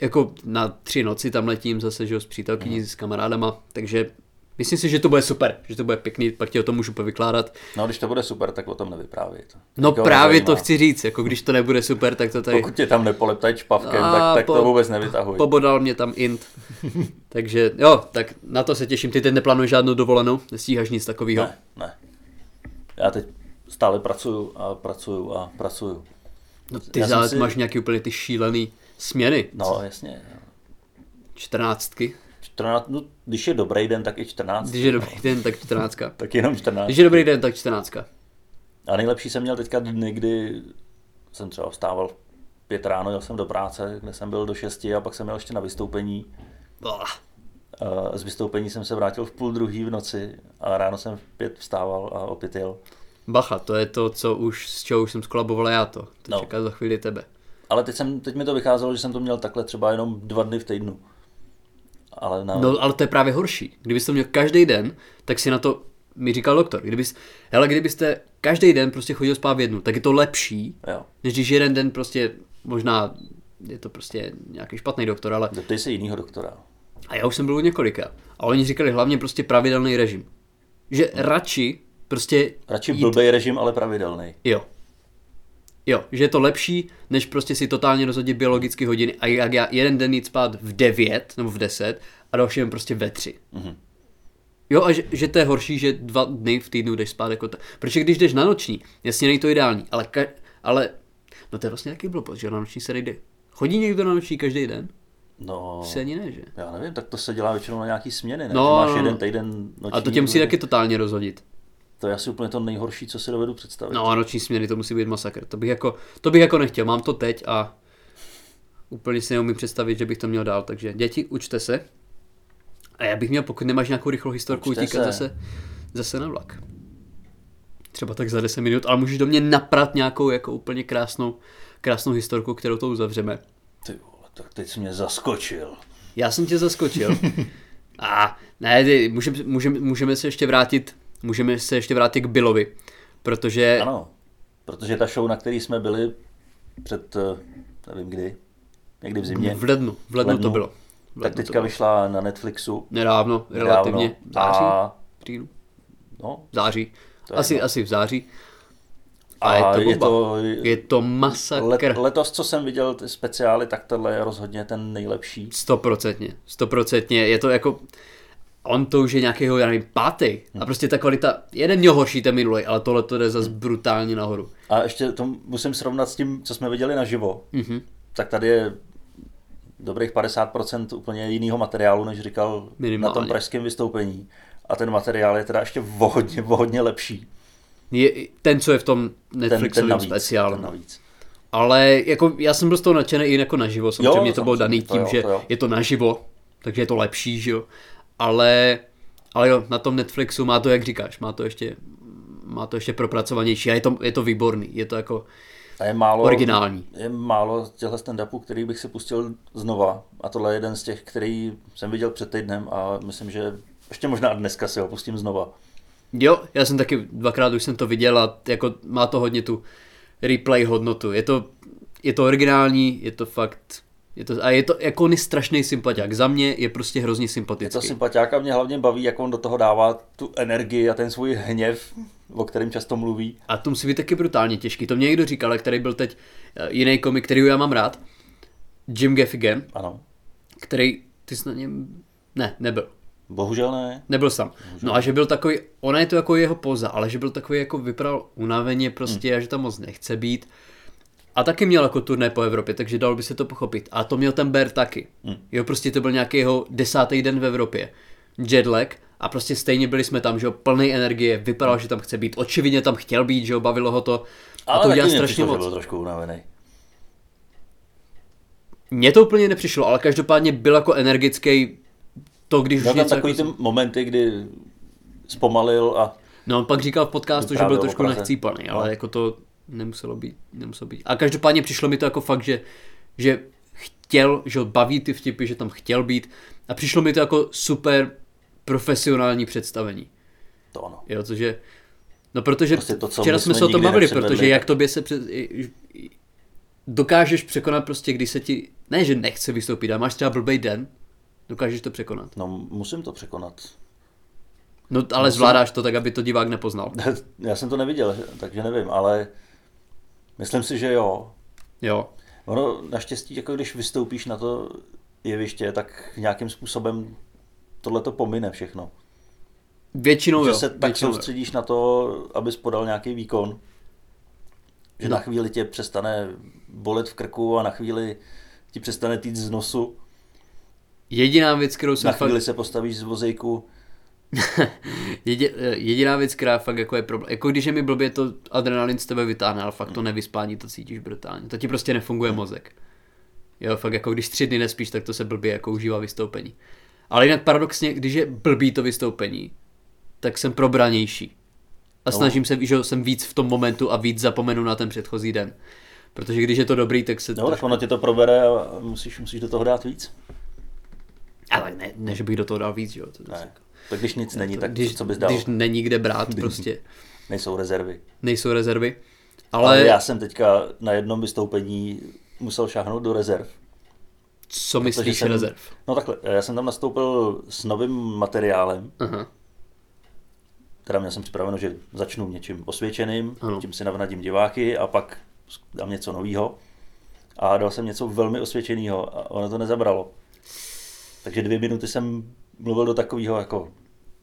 Speaker 1: jako na tři noci tam letím zase, že jo, s
Speaker 2: Mhm.
Speaker 1: přítelkyní, s kamarádama, takže myslím si, že to bude super, že to bude pěkný, pak ti o tom můžu povykládat.
Speaker 2: No když to bude super, tak o tom nevyprávět.
Speaker 1: No
Speaker 2: Nikoho
Speaker 1: právě
Speaker 2: nezajímá.
Speaker 1: to chci říct, jako když to nebude super, tak to tady
Speaker 2: Pokud tě tam nepoleptají čpavkem,
Speaker 1: A,
Speaker 2: tak, tak to
Speaker 1: po-
Speaker 2: vůbec nevytahuj.
Speaker 1: pobodal mě tam int. Takže jo, tak na to se těším. Ty teď neplánuješ žádnou dovolenou, nestíháš nic takového.
Speaker 2: Ne, ne. Já teď stále pracuju a pracuju a pracuju.
Speaker 1: No, ty
Speaker 2: Já jsem
Speaker 1: zále
Speaker 2: si-
Speaker 1: si... máš nějaký úplně ty šílený směny.
Speaker 2: No jasně.
Speaker 1: Čtrnáctky.
Speaker 2: 14, no, když je dobrý den, tak i 14.
Speaker 1: Když je dobrý den, tak čtrnáctka.
Speaker 2: Tak jenom 14.
Speaker 1: Když je dobrý den, tak čtrnáctka.
Speaker 2: A nejlepší jsem měl teďka dny, kdy jsem třeba vstával v pět ráno, jel jsem do práce, kde jsem byl do 6 a pak jsem měl ještě na vystoupení.
Speaker 1: Blah.
Speaker 2: A Eh, Z vystoupení jsem se vrátil v půl druhý v noci a ráno jsem v pět vstával a opět jel.
Speaker 1: Bacha, to je to, co už, z čeho už jsem skolaboval já to. To
Speaker 2: No.
Speaker 1: no. čeká za chvíli tebe.
Speaker 2: Ale teď, jsem, teď mi to vycházelo, že jsem to měl takhle třeba jenom dva dny v týdnu. Ale na,
Speaker 1: No, ale to je právě horší. Kdybys to měl každý den, tak si na to mi říkal doktor. Kdybys, hele, kdybyste každý den prostě chodil spát v jednu, tak je to lepší,
Speaker 2: jo.
Speaker 1: než když jeden den prostě možná je to prostě nějaký špatný doktor, ale
Speaker 2: Zeptej se jinýho doktora.
Speaker 1: a já už jsem byl u několika a oni říkali hlavně prostě pravidelný režim. Že radši prostě
Speaker 2: Radši blbej režim, ale pravidelný.
Speaker 1: jo. Jo, že je to lepší, než prostě si totálně rozhodit biologické hodiny a jak já jeden den jít spát v 9 nebo v 10 a další den prostě ve 3. Mm-hmm. Jo, a že, že, to je horší, že dva dny v týdnu jdeš spát jako to. Protože když jdeš na noční, jasně není to ideální, ale, ka- ale no to je vlastně taky blbost, že na noční se nejde. Chodí někdo na noční každý den?
Speaker 2: No,
Speaker 1: Asi ani ne, že?
Speaker 2: já nevím, tak to se dělá většinou na nějaký směny, ne?
Speaker 1: No,
Speaker 2: No, máš
Speaker 1: no, no.
Speaker 2: jeden týden noční.
Speaker 1: A to tě musí
Speaker 2: druhý-
Speaker 1: taky totálně rozhodit.
Speaker 2: To je asi úplně to nejhorší, co si dovedu představit.
Speaker 1: No a noční směny, to musí být masakr. To bych jako, to bych jako nechtěl, mám to teď a úplně si neumím představit, že bych to měl dál. Takže děti, učte se. A já bych měl, pokud nemáš nějakou rychlou historku,
Speaker 2: Učte
Speaker 1: utíkat
Speaker 2: se.
Speaker 1: zase, zase na vlak. Třeba tak za 10 minut, ale můžeš do mě naprat nějakou jako úplně krásnou, krásnou historku, kterou to uzavřeme.
Speaker 2: Ty vole, tak teď jsi mě zaskočil.
Speaker 1: Já jsem tě zaskočil. A ne, ty, můžeme, můžeme, můžeme se ještě vrátit, můžeme se ještě vrátit k Billovi, protože
Speaker 2: Ano, protože ta show, na který jsme byli před, eh, nevím kdy, někdy v zimě,
Speaker 1: v lednu, v lednu, to bylo. V lednu
Speaker 2: tak
Speaker 1: to
Speaker 2: teďka
Speaker 1: bylo.
Speaker 2: vyšla na Netflixu.
Speaker 1: Nedávno, relativně. V září?
Speaker 2: A,
Speaker 1: V říjnu?
Speaker 2: no,
Speaker 1: V září.
Speaker 2: je
Speaker 1: Asi,
Speaker 2: jedno.
Speaker 1: asi v září.
Speaker 2: a,
Speaker 1: A je to
Speaker 2: je
Speaker 1: bomba.
Speaker 2: to,
Speaker 1: Je to
Speaker 2: let,
Speaker 1: masakr.
Speaker 2: letos, co jsem viděl ty speciály, tak tohle je rozhodně ten nejlepší.
Speaker 1: Stoprocentně. Stoprocentně. Je to jako... On to už je nějakého, já nevím, pátý.
Speaker 2: Hmm.
Speaker 1: A prostě ta kvalita, jeden měl horší ten minulý, ale tohle to jde zase brutálně nahoru.
Speaker 2: A ještě to musím srovnat s tím, co jsme viděli naživo.
Speaker 1: Mhm.
Speaker 2: Mm-hmm. Tak tady je dobrých 50% úplně jiného materiálu, než říkal na tom
Speaker 1: Minimálně.
Speaker 2: pražském vystoupení. A ten materiál je teda ještě o hodně, o hodně lepší.
Speaker 1: Je, ten, co je v tom Netflixovém speciálu.
Speaker 2: ten navíc.
Speaker 1: Ale jako, já jsem byl z toho nadšený i jako naživo, samozřejmě mě to bylo
Speaker 2: samozřejmě,
Speaker 1: daný
Speaker 2: to
Speaker 1: tím,
Speaker 2: jo,
Speaker 1: že
Speaker 2: to jo.
Speaker 1: je to naživo, takže je to lepší, že jo. Ale, ale jo, na tom Netflixu má to, jak říkáš, má to ještě, má to ještě propracovanější a je to, je to výborný, je to jako
Speaker 2: A je málo,
Speaker 1: originální.
Speaker 2: je málo těchto stand-upů, který bych si pustil znova. A tohle je jeden z těch, který jsem viděl před týdnem a myslím, že ještě možná dneska si ho pustím znova.
Speaker 1: Jo, já jsem taky dvakrát už jsem to viděl a jako má to hodně tu replay hodnotu. Je to, je to originální, je to fakt, je to, a je to jako on je strašný sympatiák. Za mě je prostě hrozně
Speaker 2: Je to
Speaker 1: sympatický.
Speaker 2: sympatiáka, mě hlavně baví, jak on do toho dává tu energii a ten svůj hněv, o kterém často mluví.
Speaker 1: A to musí být taky brutálně těžký. To mě někdo říkal, ale který byl teď eh, jiný komik, který já mám rád. Jim Gaffigan,
Speaker 2: Ano.
Speaker 1: který ty jsi na něm... Ne, nebyl.
Speaker 2: Bohužel ne.
Speaker 1: Nebyl sám. No a že byl takový, ona je to jako jeho poza, ale že byl takový jako vypadal unaveně
Speaker 2: Hmm.
Speaker 1: prostě a že tam moc nechce být. A taky měl jako turné po Evropě, takže dalo by se to pochopit. A to měl ten Bear taky.
Speaker 2: Hmm.
Speaker 1: Jo, prostě to byl nějaký jeho desátý den v Evropě. Jetlag a prostě stejně byli jsme tam, že jo, plný energie, vypadal, že tam chce být, očividně tam chtěl být, že jo, bavilo ho to. A
Speaker 2: Ale
Speaker 1: to
Speaker 2: taky
Speaker 1: udělal
Speaker 2: mě
Speaker 1: strašně
Speaker 2: přišlo,
Speaker 1: moc.
Speaker 2: že byl trošku unavený.
Speaker 1: Mně to úplně nepřišlo, ale každopádně byl jako energický to, když
Speaker 2: Měl
Speaker 1: už
Speaker 2: tam
Speaker 1: něco
Speaker 2: takový
Speaker 1: jako...
Speaker 2: ty momenty, kdy zpomalil a
Speaker 1: No on pak říkal v podcastu, že
Speaker 2: Vyprávěl
Speaker 1: byl
Speaker 2: o
Speaker 1: trošku
Speaker 2: Praze.
Speaker 1: nechcípaný,
Speaker 2: No.
Speaker 1: ale jako to nemuselo být, nemuselo být. A každopádně přišlo mi to jako fakt, že, že chtěl, že ho baví ty vtipy, že tam chtěl být a přišlo mi to jako super profesionální představení.
Speaker 2: to ono.
Speaker 1: Jo, což je, no protože
Speaker 2: Prostě to, co
Speaker 1: včera
Speaker 2: my
Speaker 1: jsme
Speaker 2: jsme
Speaker 1: se o tom
Speaker 2: nikdy
Speaker 1: bavili,
Speaker 2: nepředvedli,
Speaker 1: protože jak
Speaker 2: tak-
Speaker 1: tobě se před, i- i- dokážeš překonat prostě, když se ti, ne že nechce vystoupit, ale máš třeba blbej den, dokážeš to překonat.
Speaker 2: No musím to překonat.
Speaker 1: No ale zvládáš to tak, aby to divák nepoznal.
Speaker 2: Já jsem to neviděl, takže nevím, ale myslím si, že jo.
Speaker 1: Jo.
Speaker 2: Ono naštěstí, jako když vystoupíš na to jeviště, tak nějakým způsobem tohle to pomine všechno.
Speaker 1: Většinou
Speaker 2: že
Speaker 1: No jo.
Speaker 2: se tak
Speaker 1: většinou jo.
Speaker 2: soustředíš na to, abys podal nějaký výkon, že
Speaker 1: No.
Speaker 2: na chvíli tě přestane bolet v krku a na chvíli ti přestane týt z nosu,
Speaker 1: Jediná věc, kterou
Speaker 2: na
Speaker 1: jsem fakt,
Speaker 2: chvíli se postavíš z vozejku.
Speaker 1: jedě, eh, jediná věc, která fakt jako je problém, jako když je mi blbě, to adrenalin z tebe vytáhne, ale
Speaker 2: Hmm.
Speaker 1: fakt to nevyspání, to cítíš brutálně, to ti prostě nefunguje mozek. Jo, fakt jako když tři dny nespíš, tak to se blbě jako užívá vystoupení. Ale jinak paradoxně, když je blbý to vystoupení, tak jsem probranější.
Speaker 2: No.
Speaker 1: A snažím se, že jsem víc v tom momentu a víc zapomenu na ten předchozí den. Protože když je to dobrý, tak se
Speaker 2: No,
Speaker 1: to
Speaker 2: tak ono tě to probere a musíš, musíš do toho dát víc.
Speaker 1: Ale ne, ne, že bych do toho dal víc, jo. To zase
Speaker 2: Ne.
Speaker 1: jako-
Speaker 2: Tak když nic není,
Speaker 1: to-
Speaker 2: tak
Speaker 1: když,
Speaker 2: co bys dal?
Speaker 1: Když není kde brát, prostě
Speaker 2: Nejsou rezervy.
Speaker 1: nejsou rezervy.
Speaker 2: Ale...
Speaker 1: Ale,
Speaker 2: já jsem teďka na jednom vystoupení musel šáhnout do rezerv.
Speaker 1: co
Speaker 2: protože
Speaker 1: myslíš
Speaker 2: jsem-
Speaker 1: rezerv?
Speaker 2: No takhle, já jsem tam nastoupil s novým materiálem,
Speaker 1: Aha.
Speaker 2: teda měl jsem připraveno, že začnu něčím osvědčeným,
Speaker 1: Ano.
Speaker 2: tím si navnadím diváky a pak dám něco nového. A dal jsem něco velmi osvědčeného a ono to nezabralo. Takže dvě minuty jsem mluvil do takového jako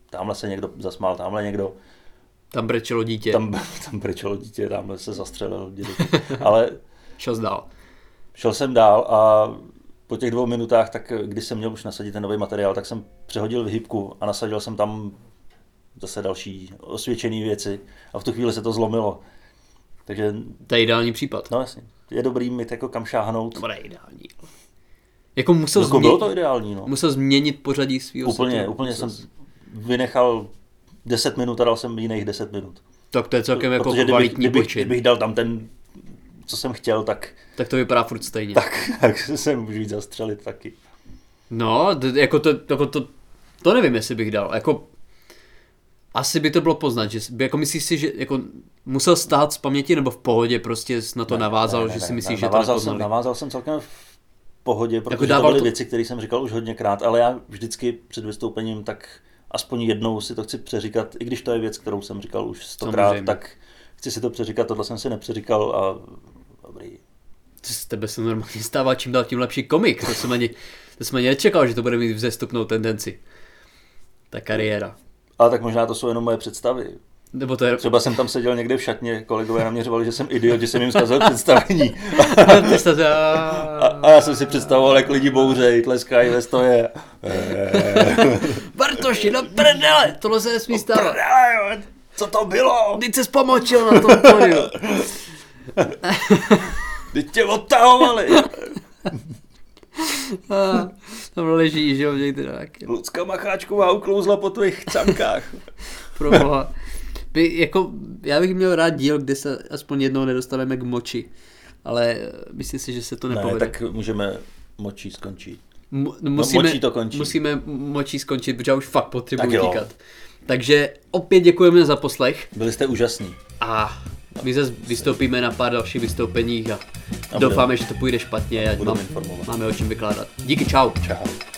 Speaker 2: tamhle se někdo zasmál, tamhle někdo,
Speaker 1: Tam brečelo dítě, tam...
Speaker 2: tam, tam brečelo dítě, tamhle se zastřelil dědek. Ale
Speaker 1: čas dál.
Speaker 2: Šel jsem dál a po těch dvou minutách, tak když jsem měl už nasadit ten nový materiál, tak jsem přehodil vyhybku a nasadil jsem tam zase další osvědčené věci a v tu chvíli se to zlomilo. Takže,
Speaker 1: To je ideální případ. No.
Speaker 2: no jasně, je dobrý mít jako kam šáhnout.
Speaker 1: Dobré, ideální. Jako musel,
Speaker 2: Jako
Speaker 1: změ...
Speaker 2: bylo to ideální, no.
Speaker 1: musel změnit pořadí svého
Speaker 2: Úplně, úplně jsem vynechal 10 minut a dal jsem jiných 10 minut.
Speaker 1: Tak to je celkem jako
Speaker 2: Protože kdybych,
Speaker 1: kvalitní
Speaker 2: kdybych,
Speaker 1: počin.
Speaker 2: kdybych dal tam ten, co jsem chtěl, tak,
Speaker 1: Tak to vypadá furt stejně.
Speaker 2: tak, tak se můžu jít zastřelit taky.
Speaker 1: No, d- jako to, jako to, to nevím, jestli bych dal. Jako, asi by to bylo poznat, že s- jako myslíš si, že jako musel stát z paměti nebo v pohodě prostě jsi na to navázal, že si myslíš, že to
Speaker 2: navázal jsem,
Speaker 1: nepoznali.
Speaker 2: navázal jsem celkem v pohodě, protože jako to
Speaker 1: dával
Speaker 2: byly
Speaker 1: to-
Speaker 2: to... věci, které jsem říkal už hodněkrát, ale já vždycky před vystoupením tak aspoň jednou si to chci přeříkat, i když to je věc, kterou jsem říkal už stokrát,
Speaker 1: Samozřejmě.
Speaker 2: tak chci si to přeříkat, tohle jsem si nepřeříkal a dobrý.
Speaker 1: Z tebe se normálně stává čím dál tím lepší komik. To jsem ani, to jsem ani nečekal, že to bude mít vzestupnou tendenci. Ta kariéra.
Speaker 2: Ale tak možná to jsou jenom moje představy.
Speaker 1: Nebo to je...
Speaker 2: Třeba jsem tam seděl někde v šatně, kolegové naměřovali, že jsem idiot, že jsem jim zkazil představení.
Speaker 1: Ty jste se...
Speaker 2: A, a já jsem si představoval, jak lidi bouřejí, tleskají ve stoje. Eh,
Speaker 1: Bartoši, no prdele, tohle se nesmí stávat.
Speaker 2: Prá, jo, Co to bylo?
Speaker 1: Teď se spomočil na tom podiu.
Speaker 2: Teď tě odtahovali.
Speaker 1: A, tam leží, že jo, někde taky.
Speaker 2: Lucka Macháčková uklouzla po tvých cankách.
Speaker 1: Pro boha. By, jako, já bych měl rád díl, kde se aspoň jednou nedostaneme k moči. Ale eh, myslím si, že se to nepovede.
Speaker 2: Ne, tak můžeme močí skončit.
Speaker 1: Mu- no musíme,
Speaker 2: No, močí to končí.
Speaker 1: Musíme močí skončit, protože já už fakt potřebuji
Speaker 2: Tak jo.
Speaker 1: utíkat. Takže opět děkujeme za poslech
Speaker 2: Byli jste úžasní.
Speaker 1: a my zase vystoupíme na pár dalších vystoupeních a,
Speaker 2: budeme-
Speaker 1: doufáme, že to půjde špatně, ať
Speaker 2: budeme
Speaker 1: mám,
Speaker 2: informovat.
Speaker 1: máme o čem vykládat. Díky, čau.
Speaker 2: Čau.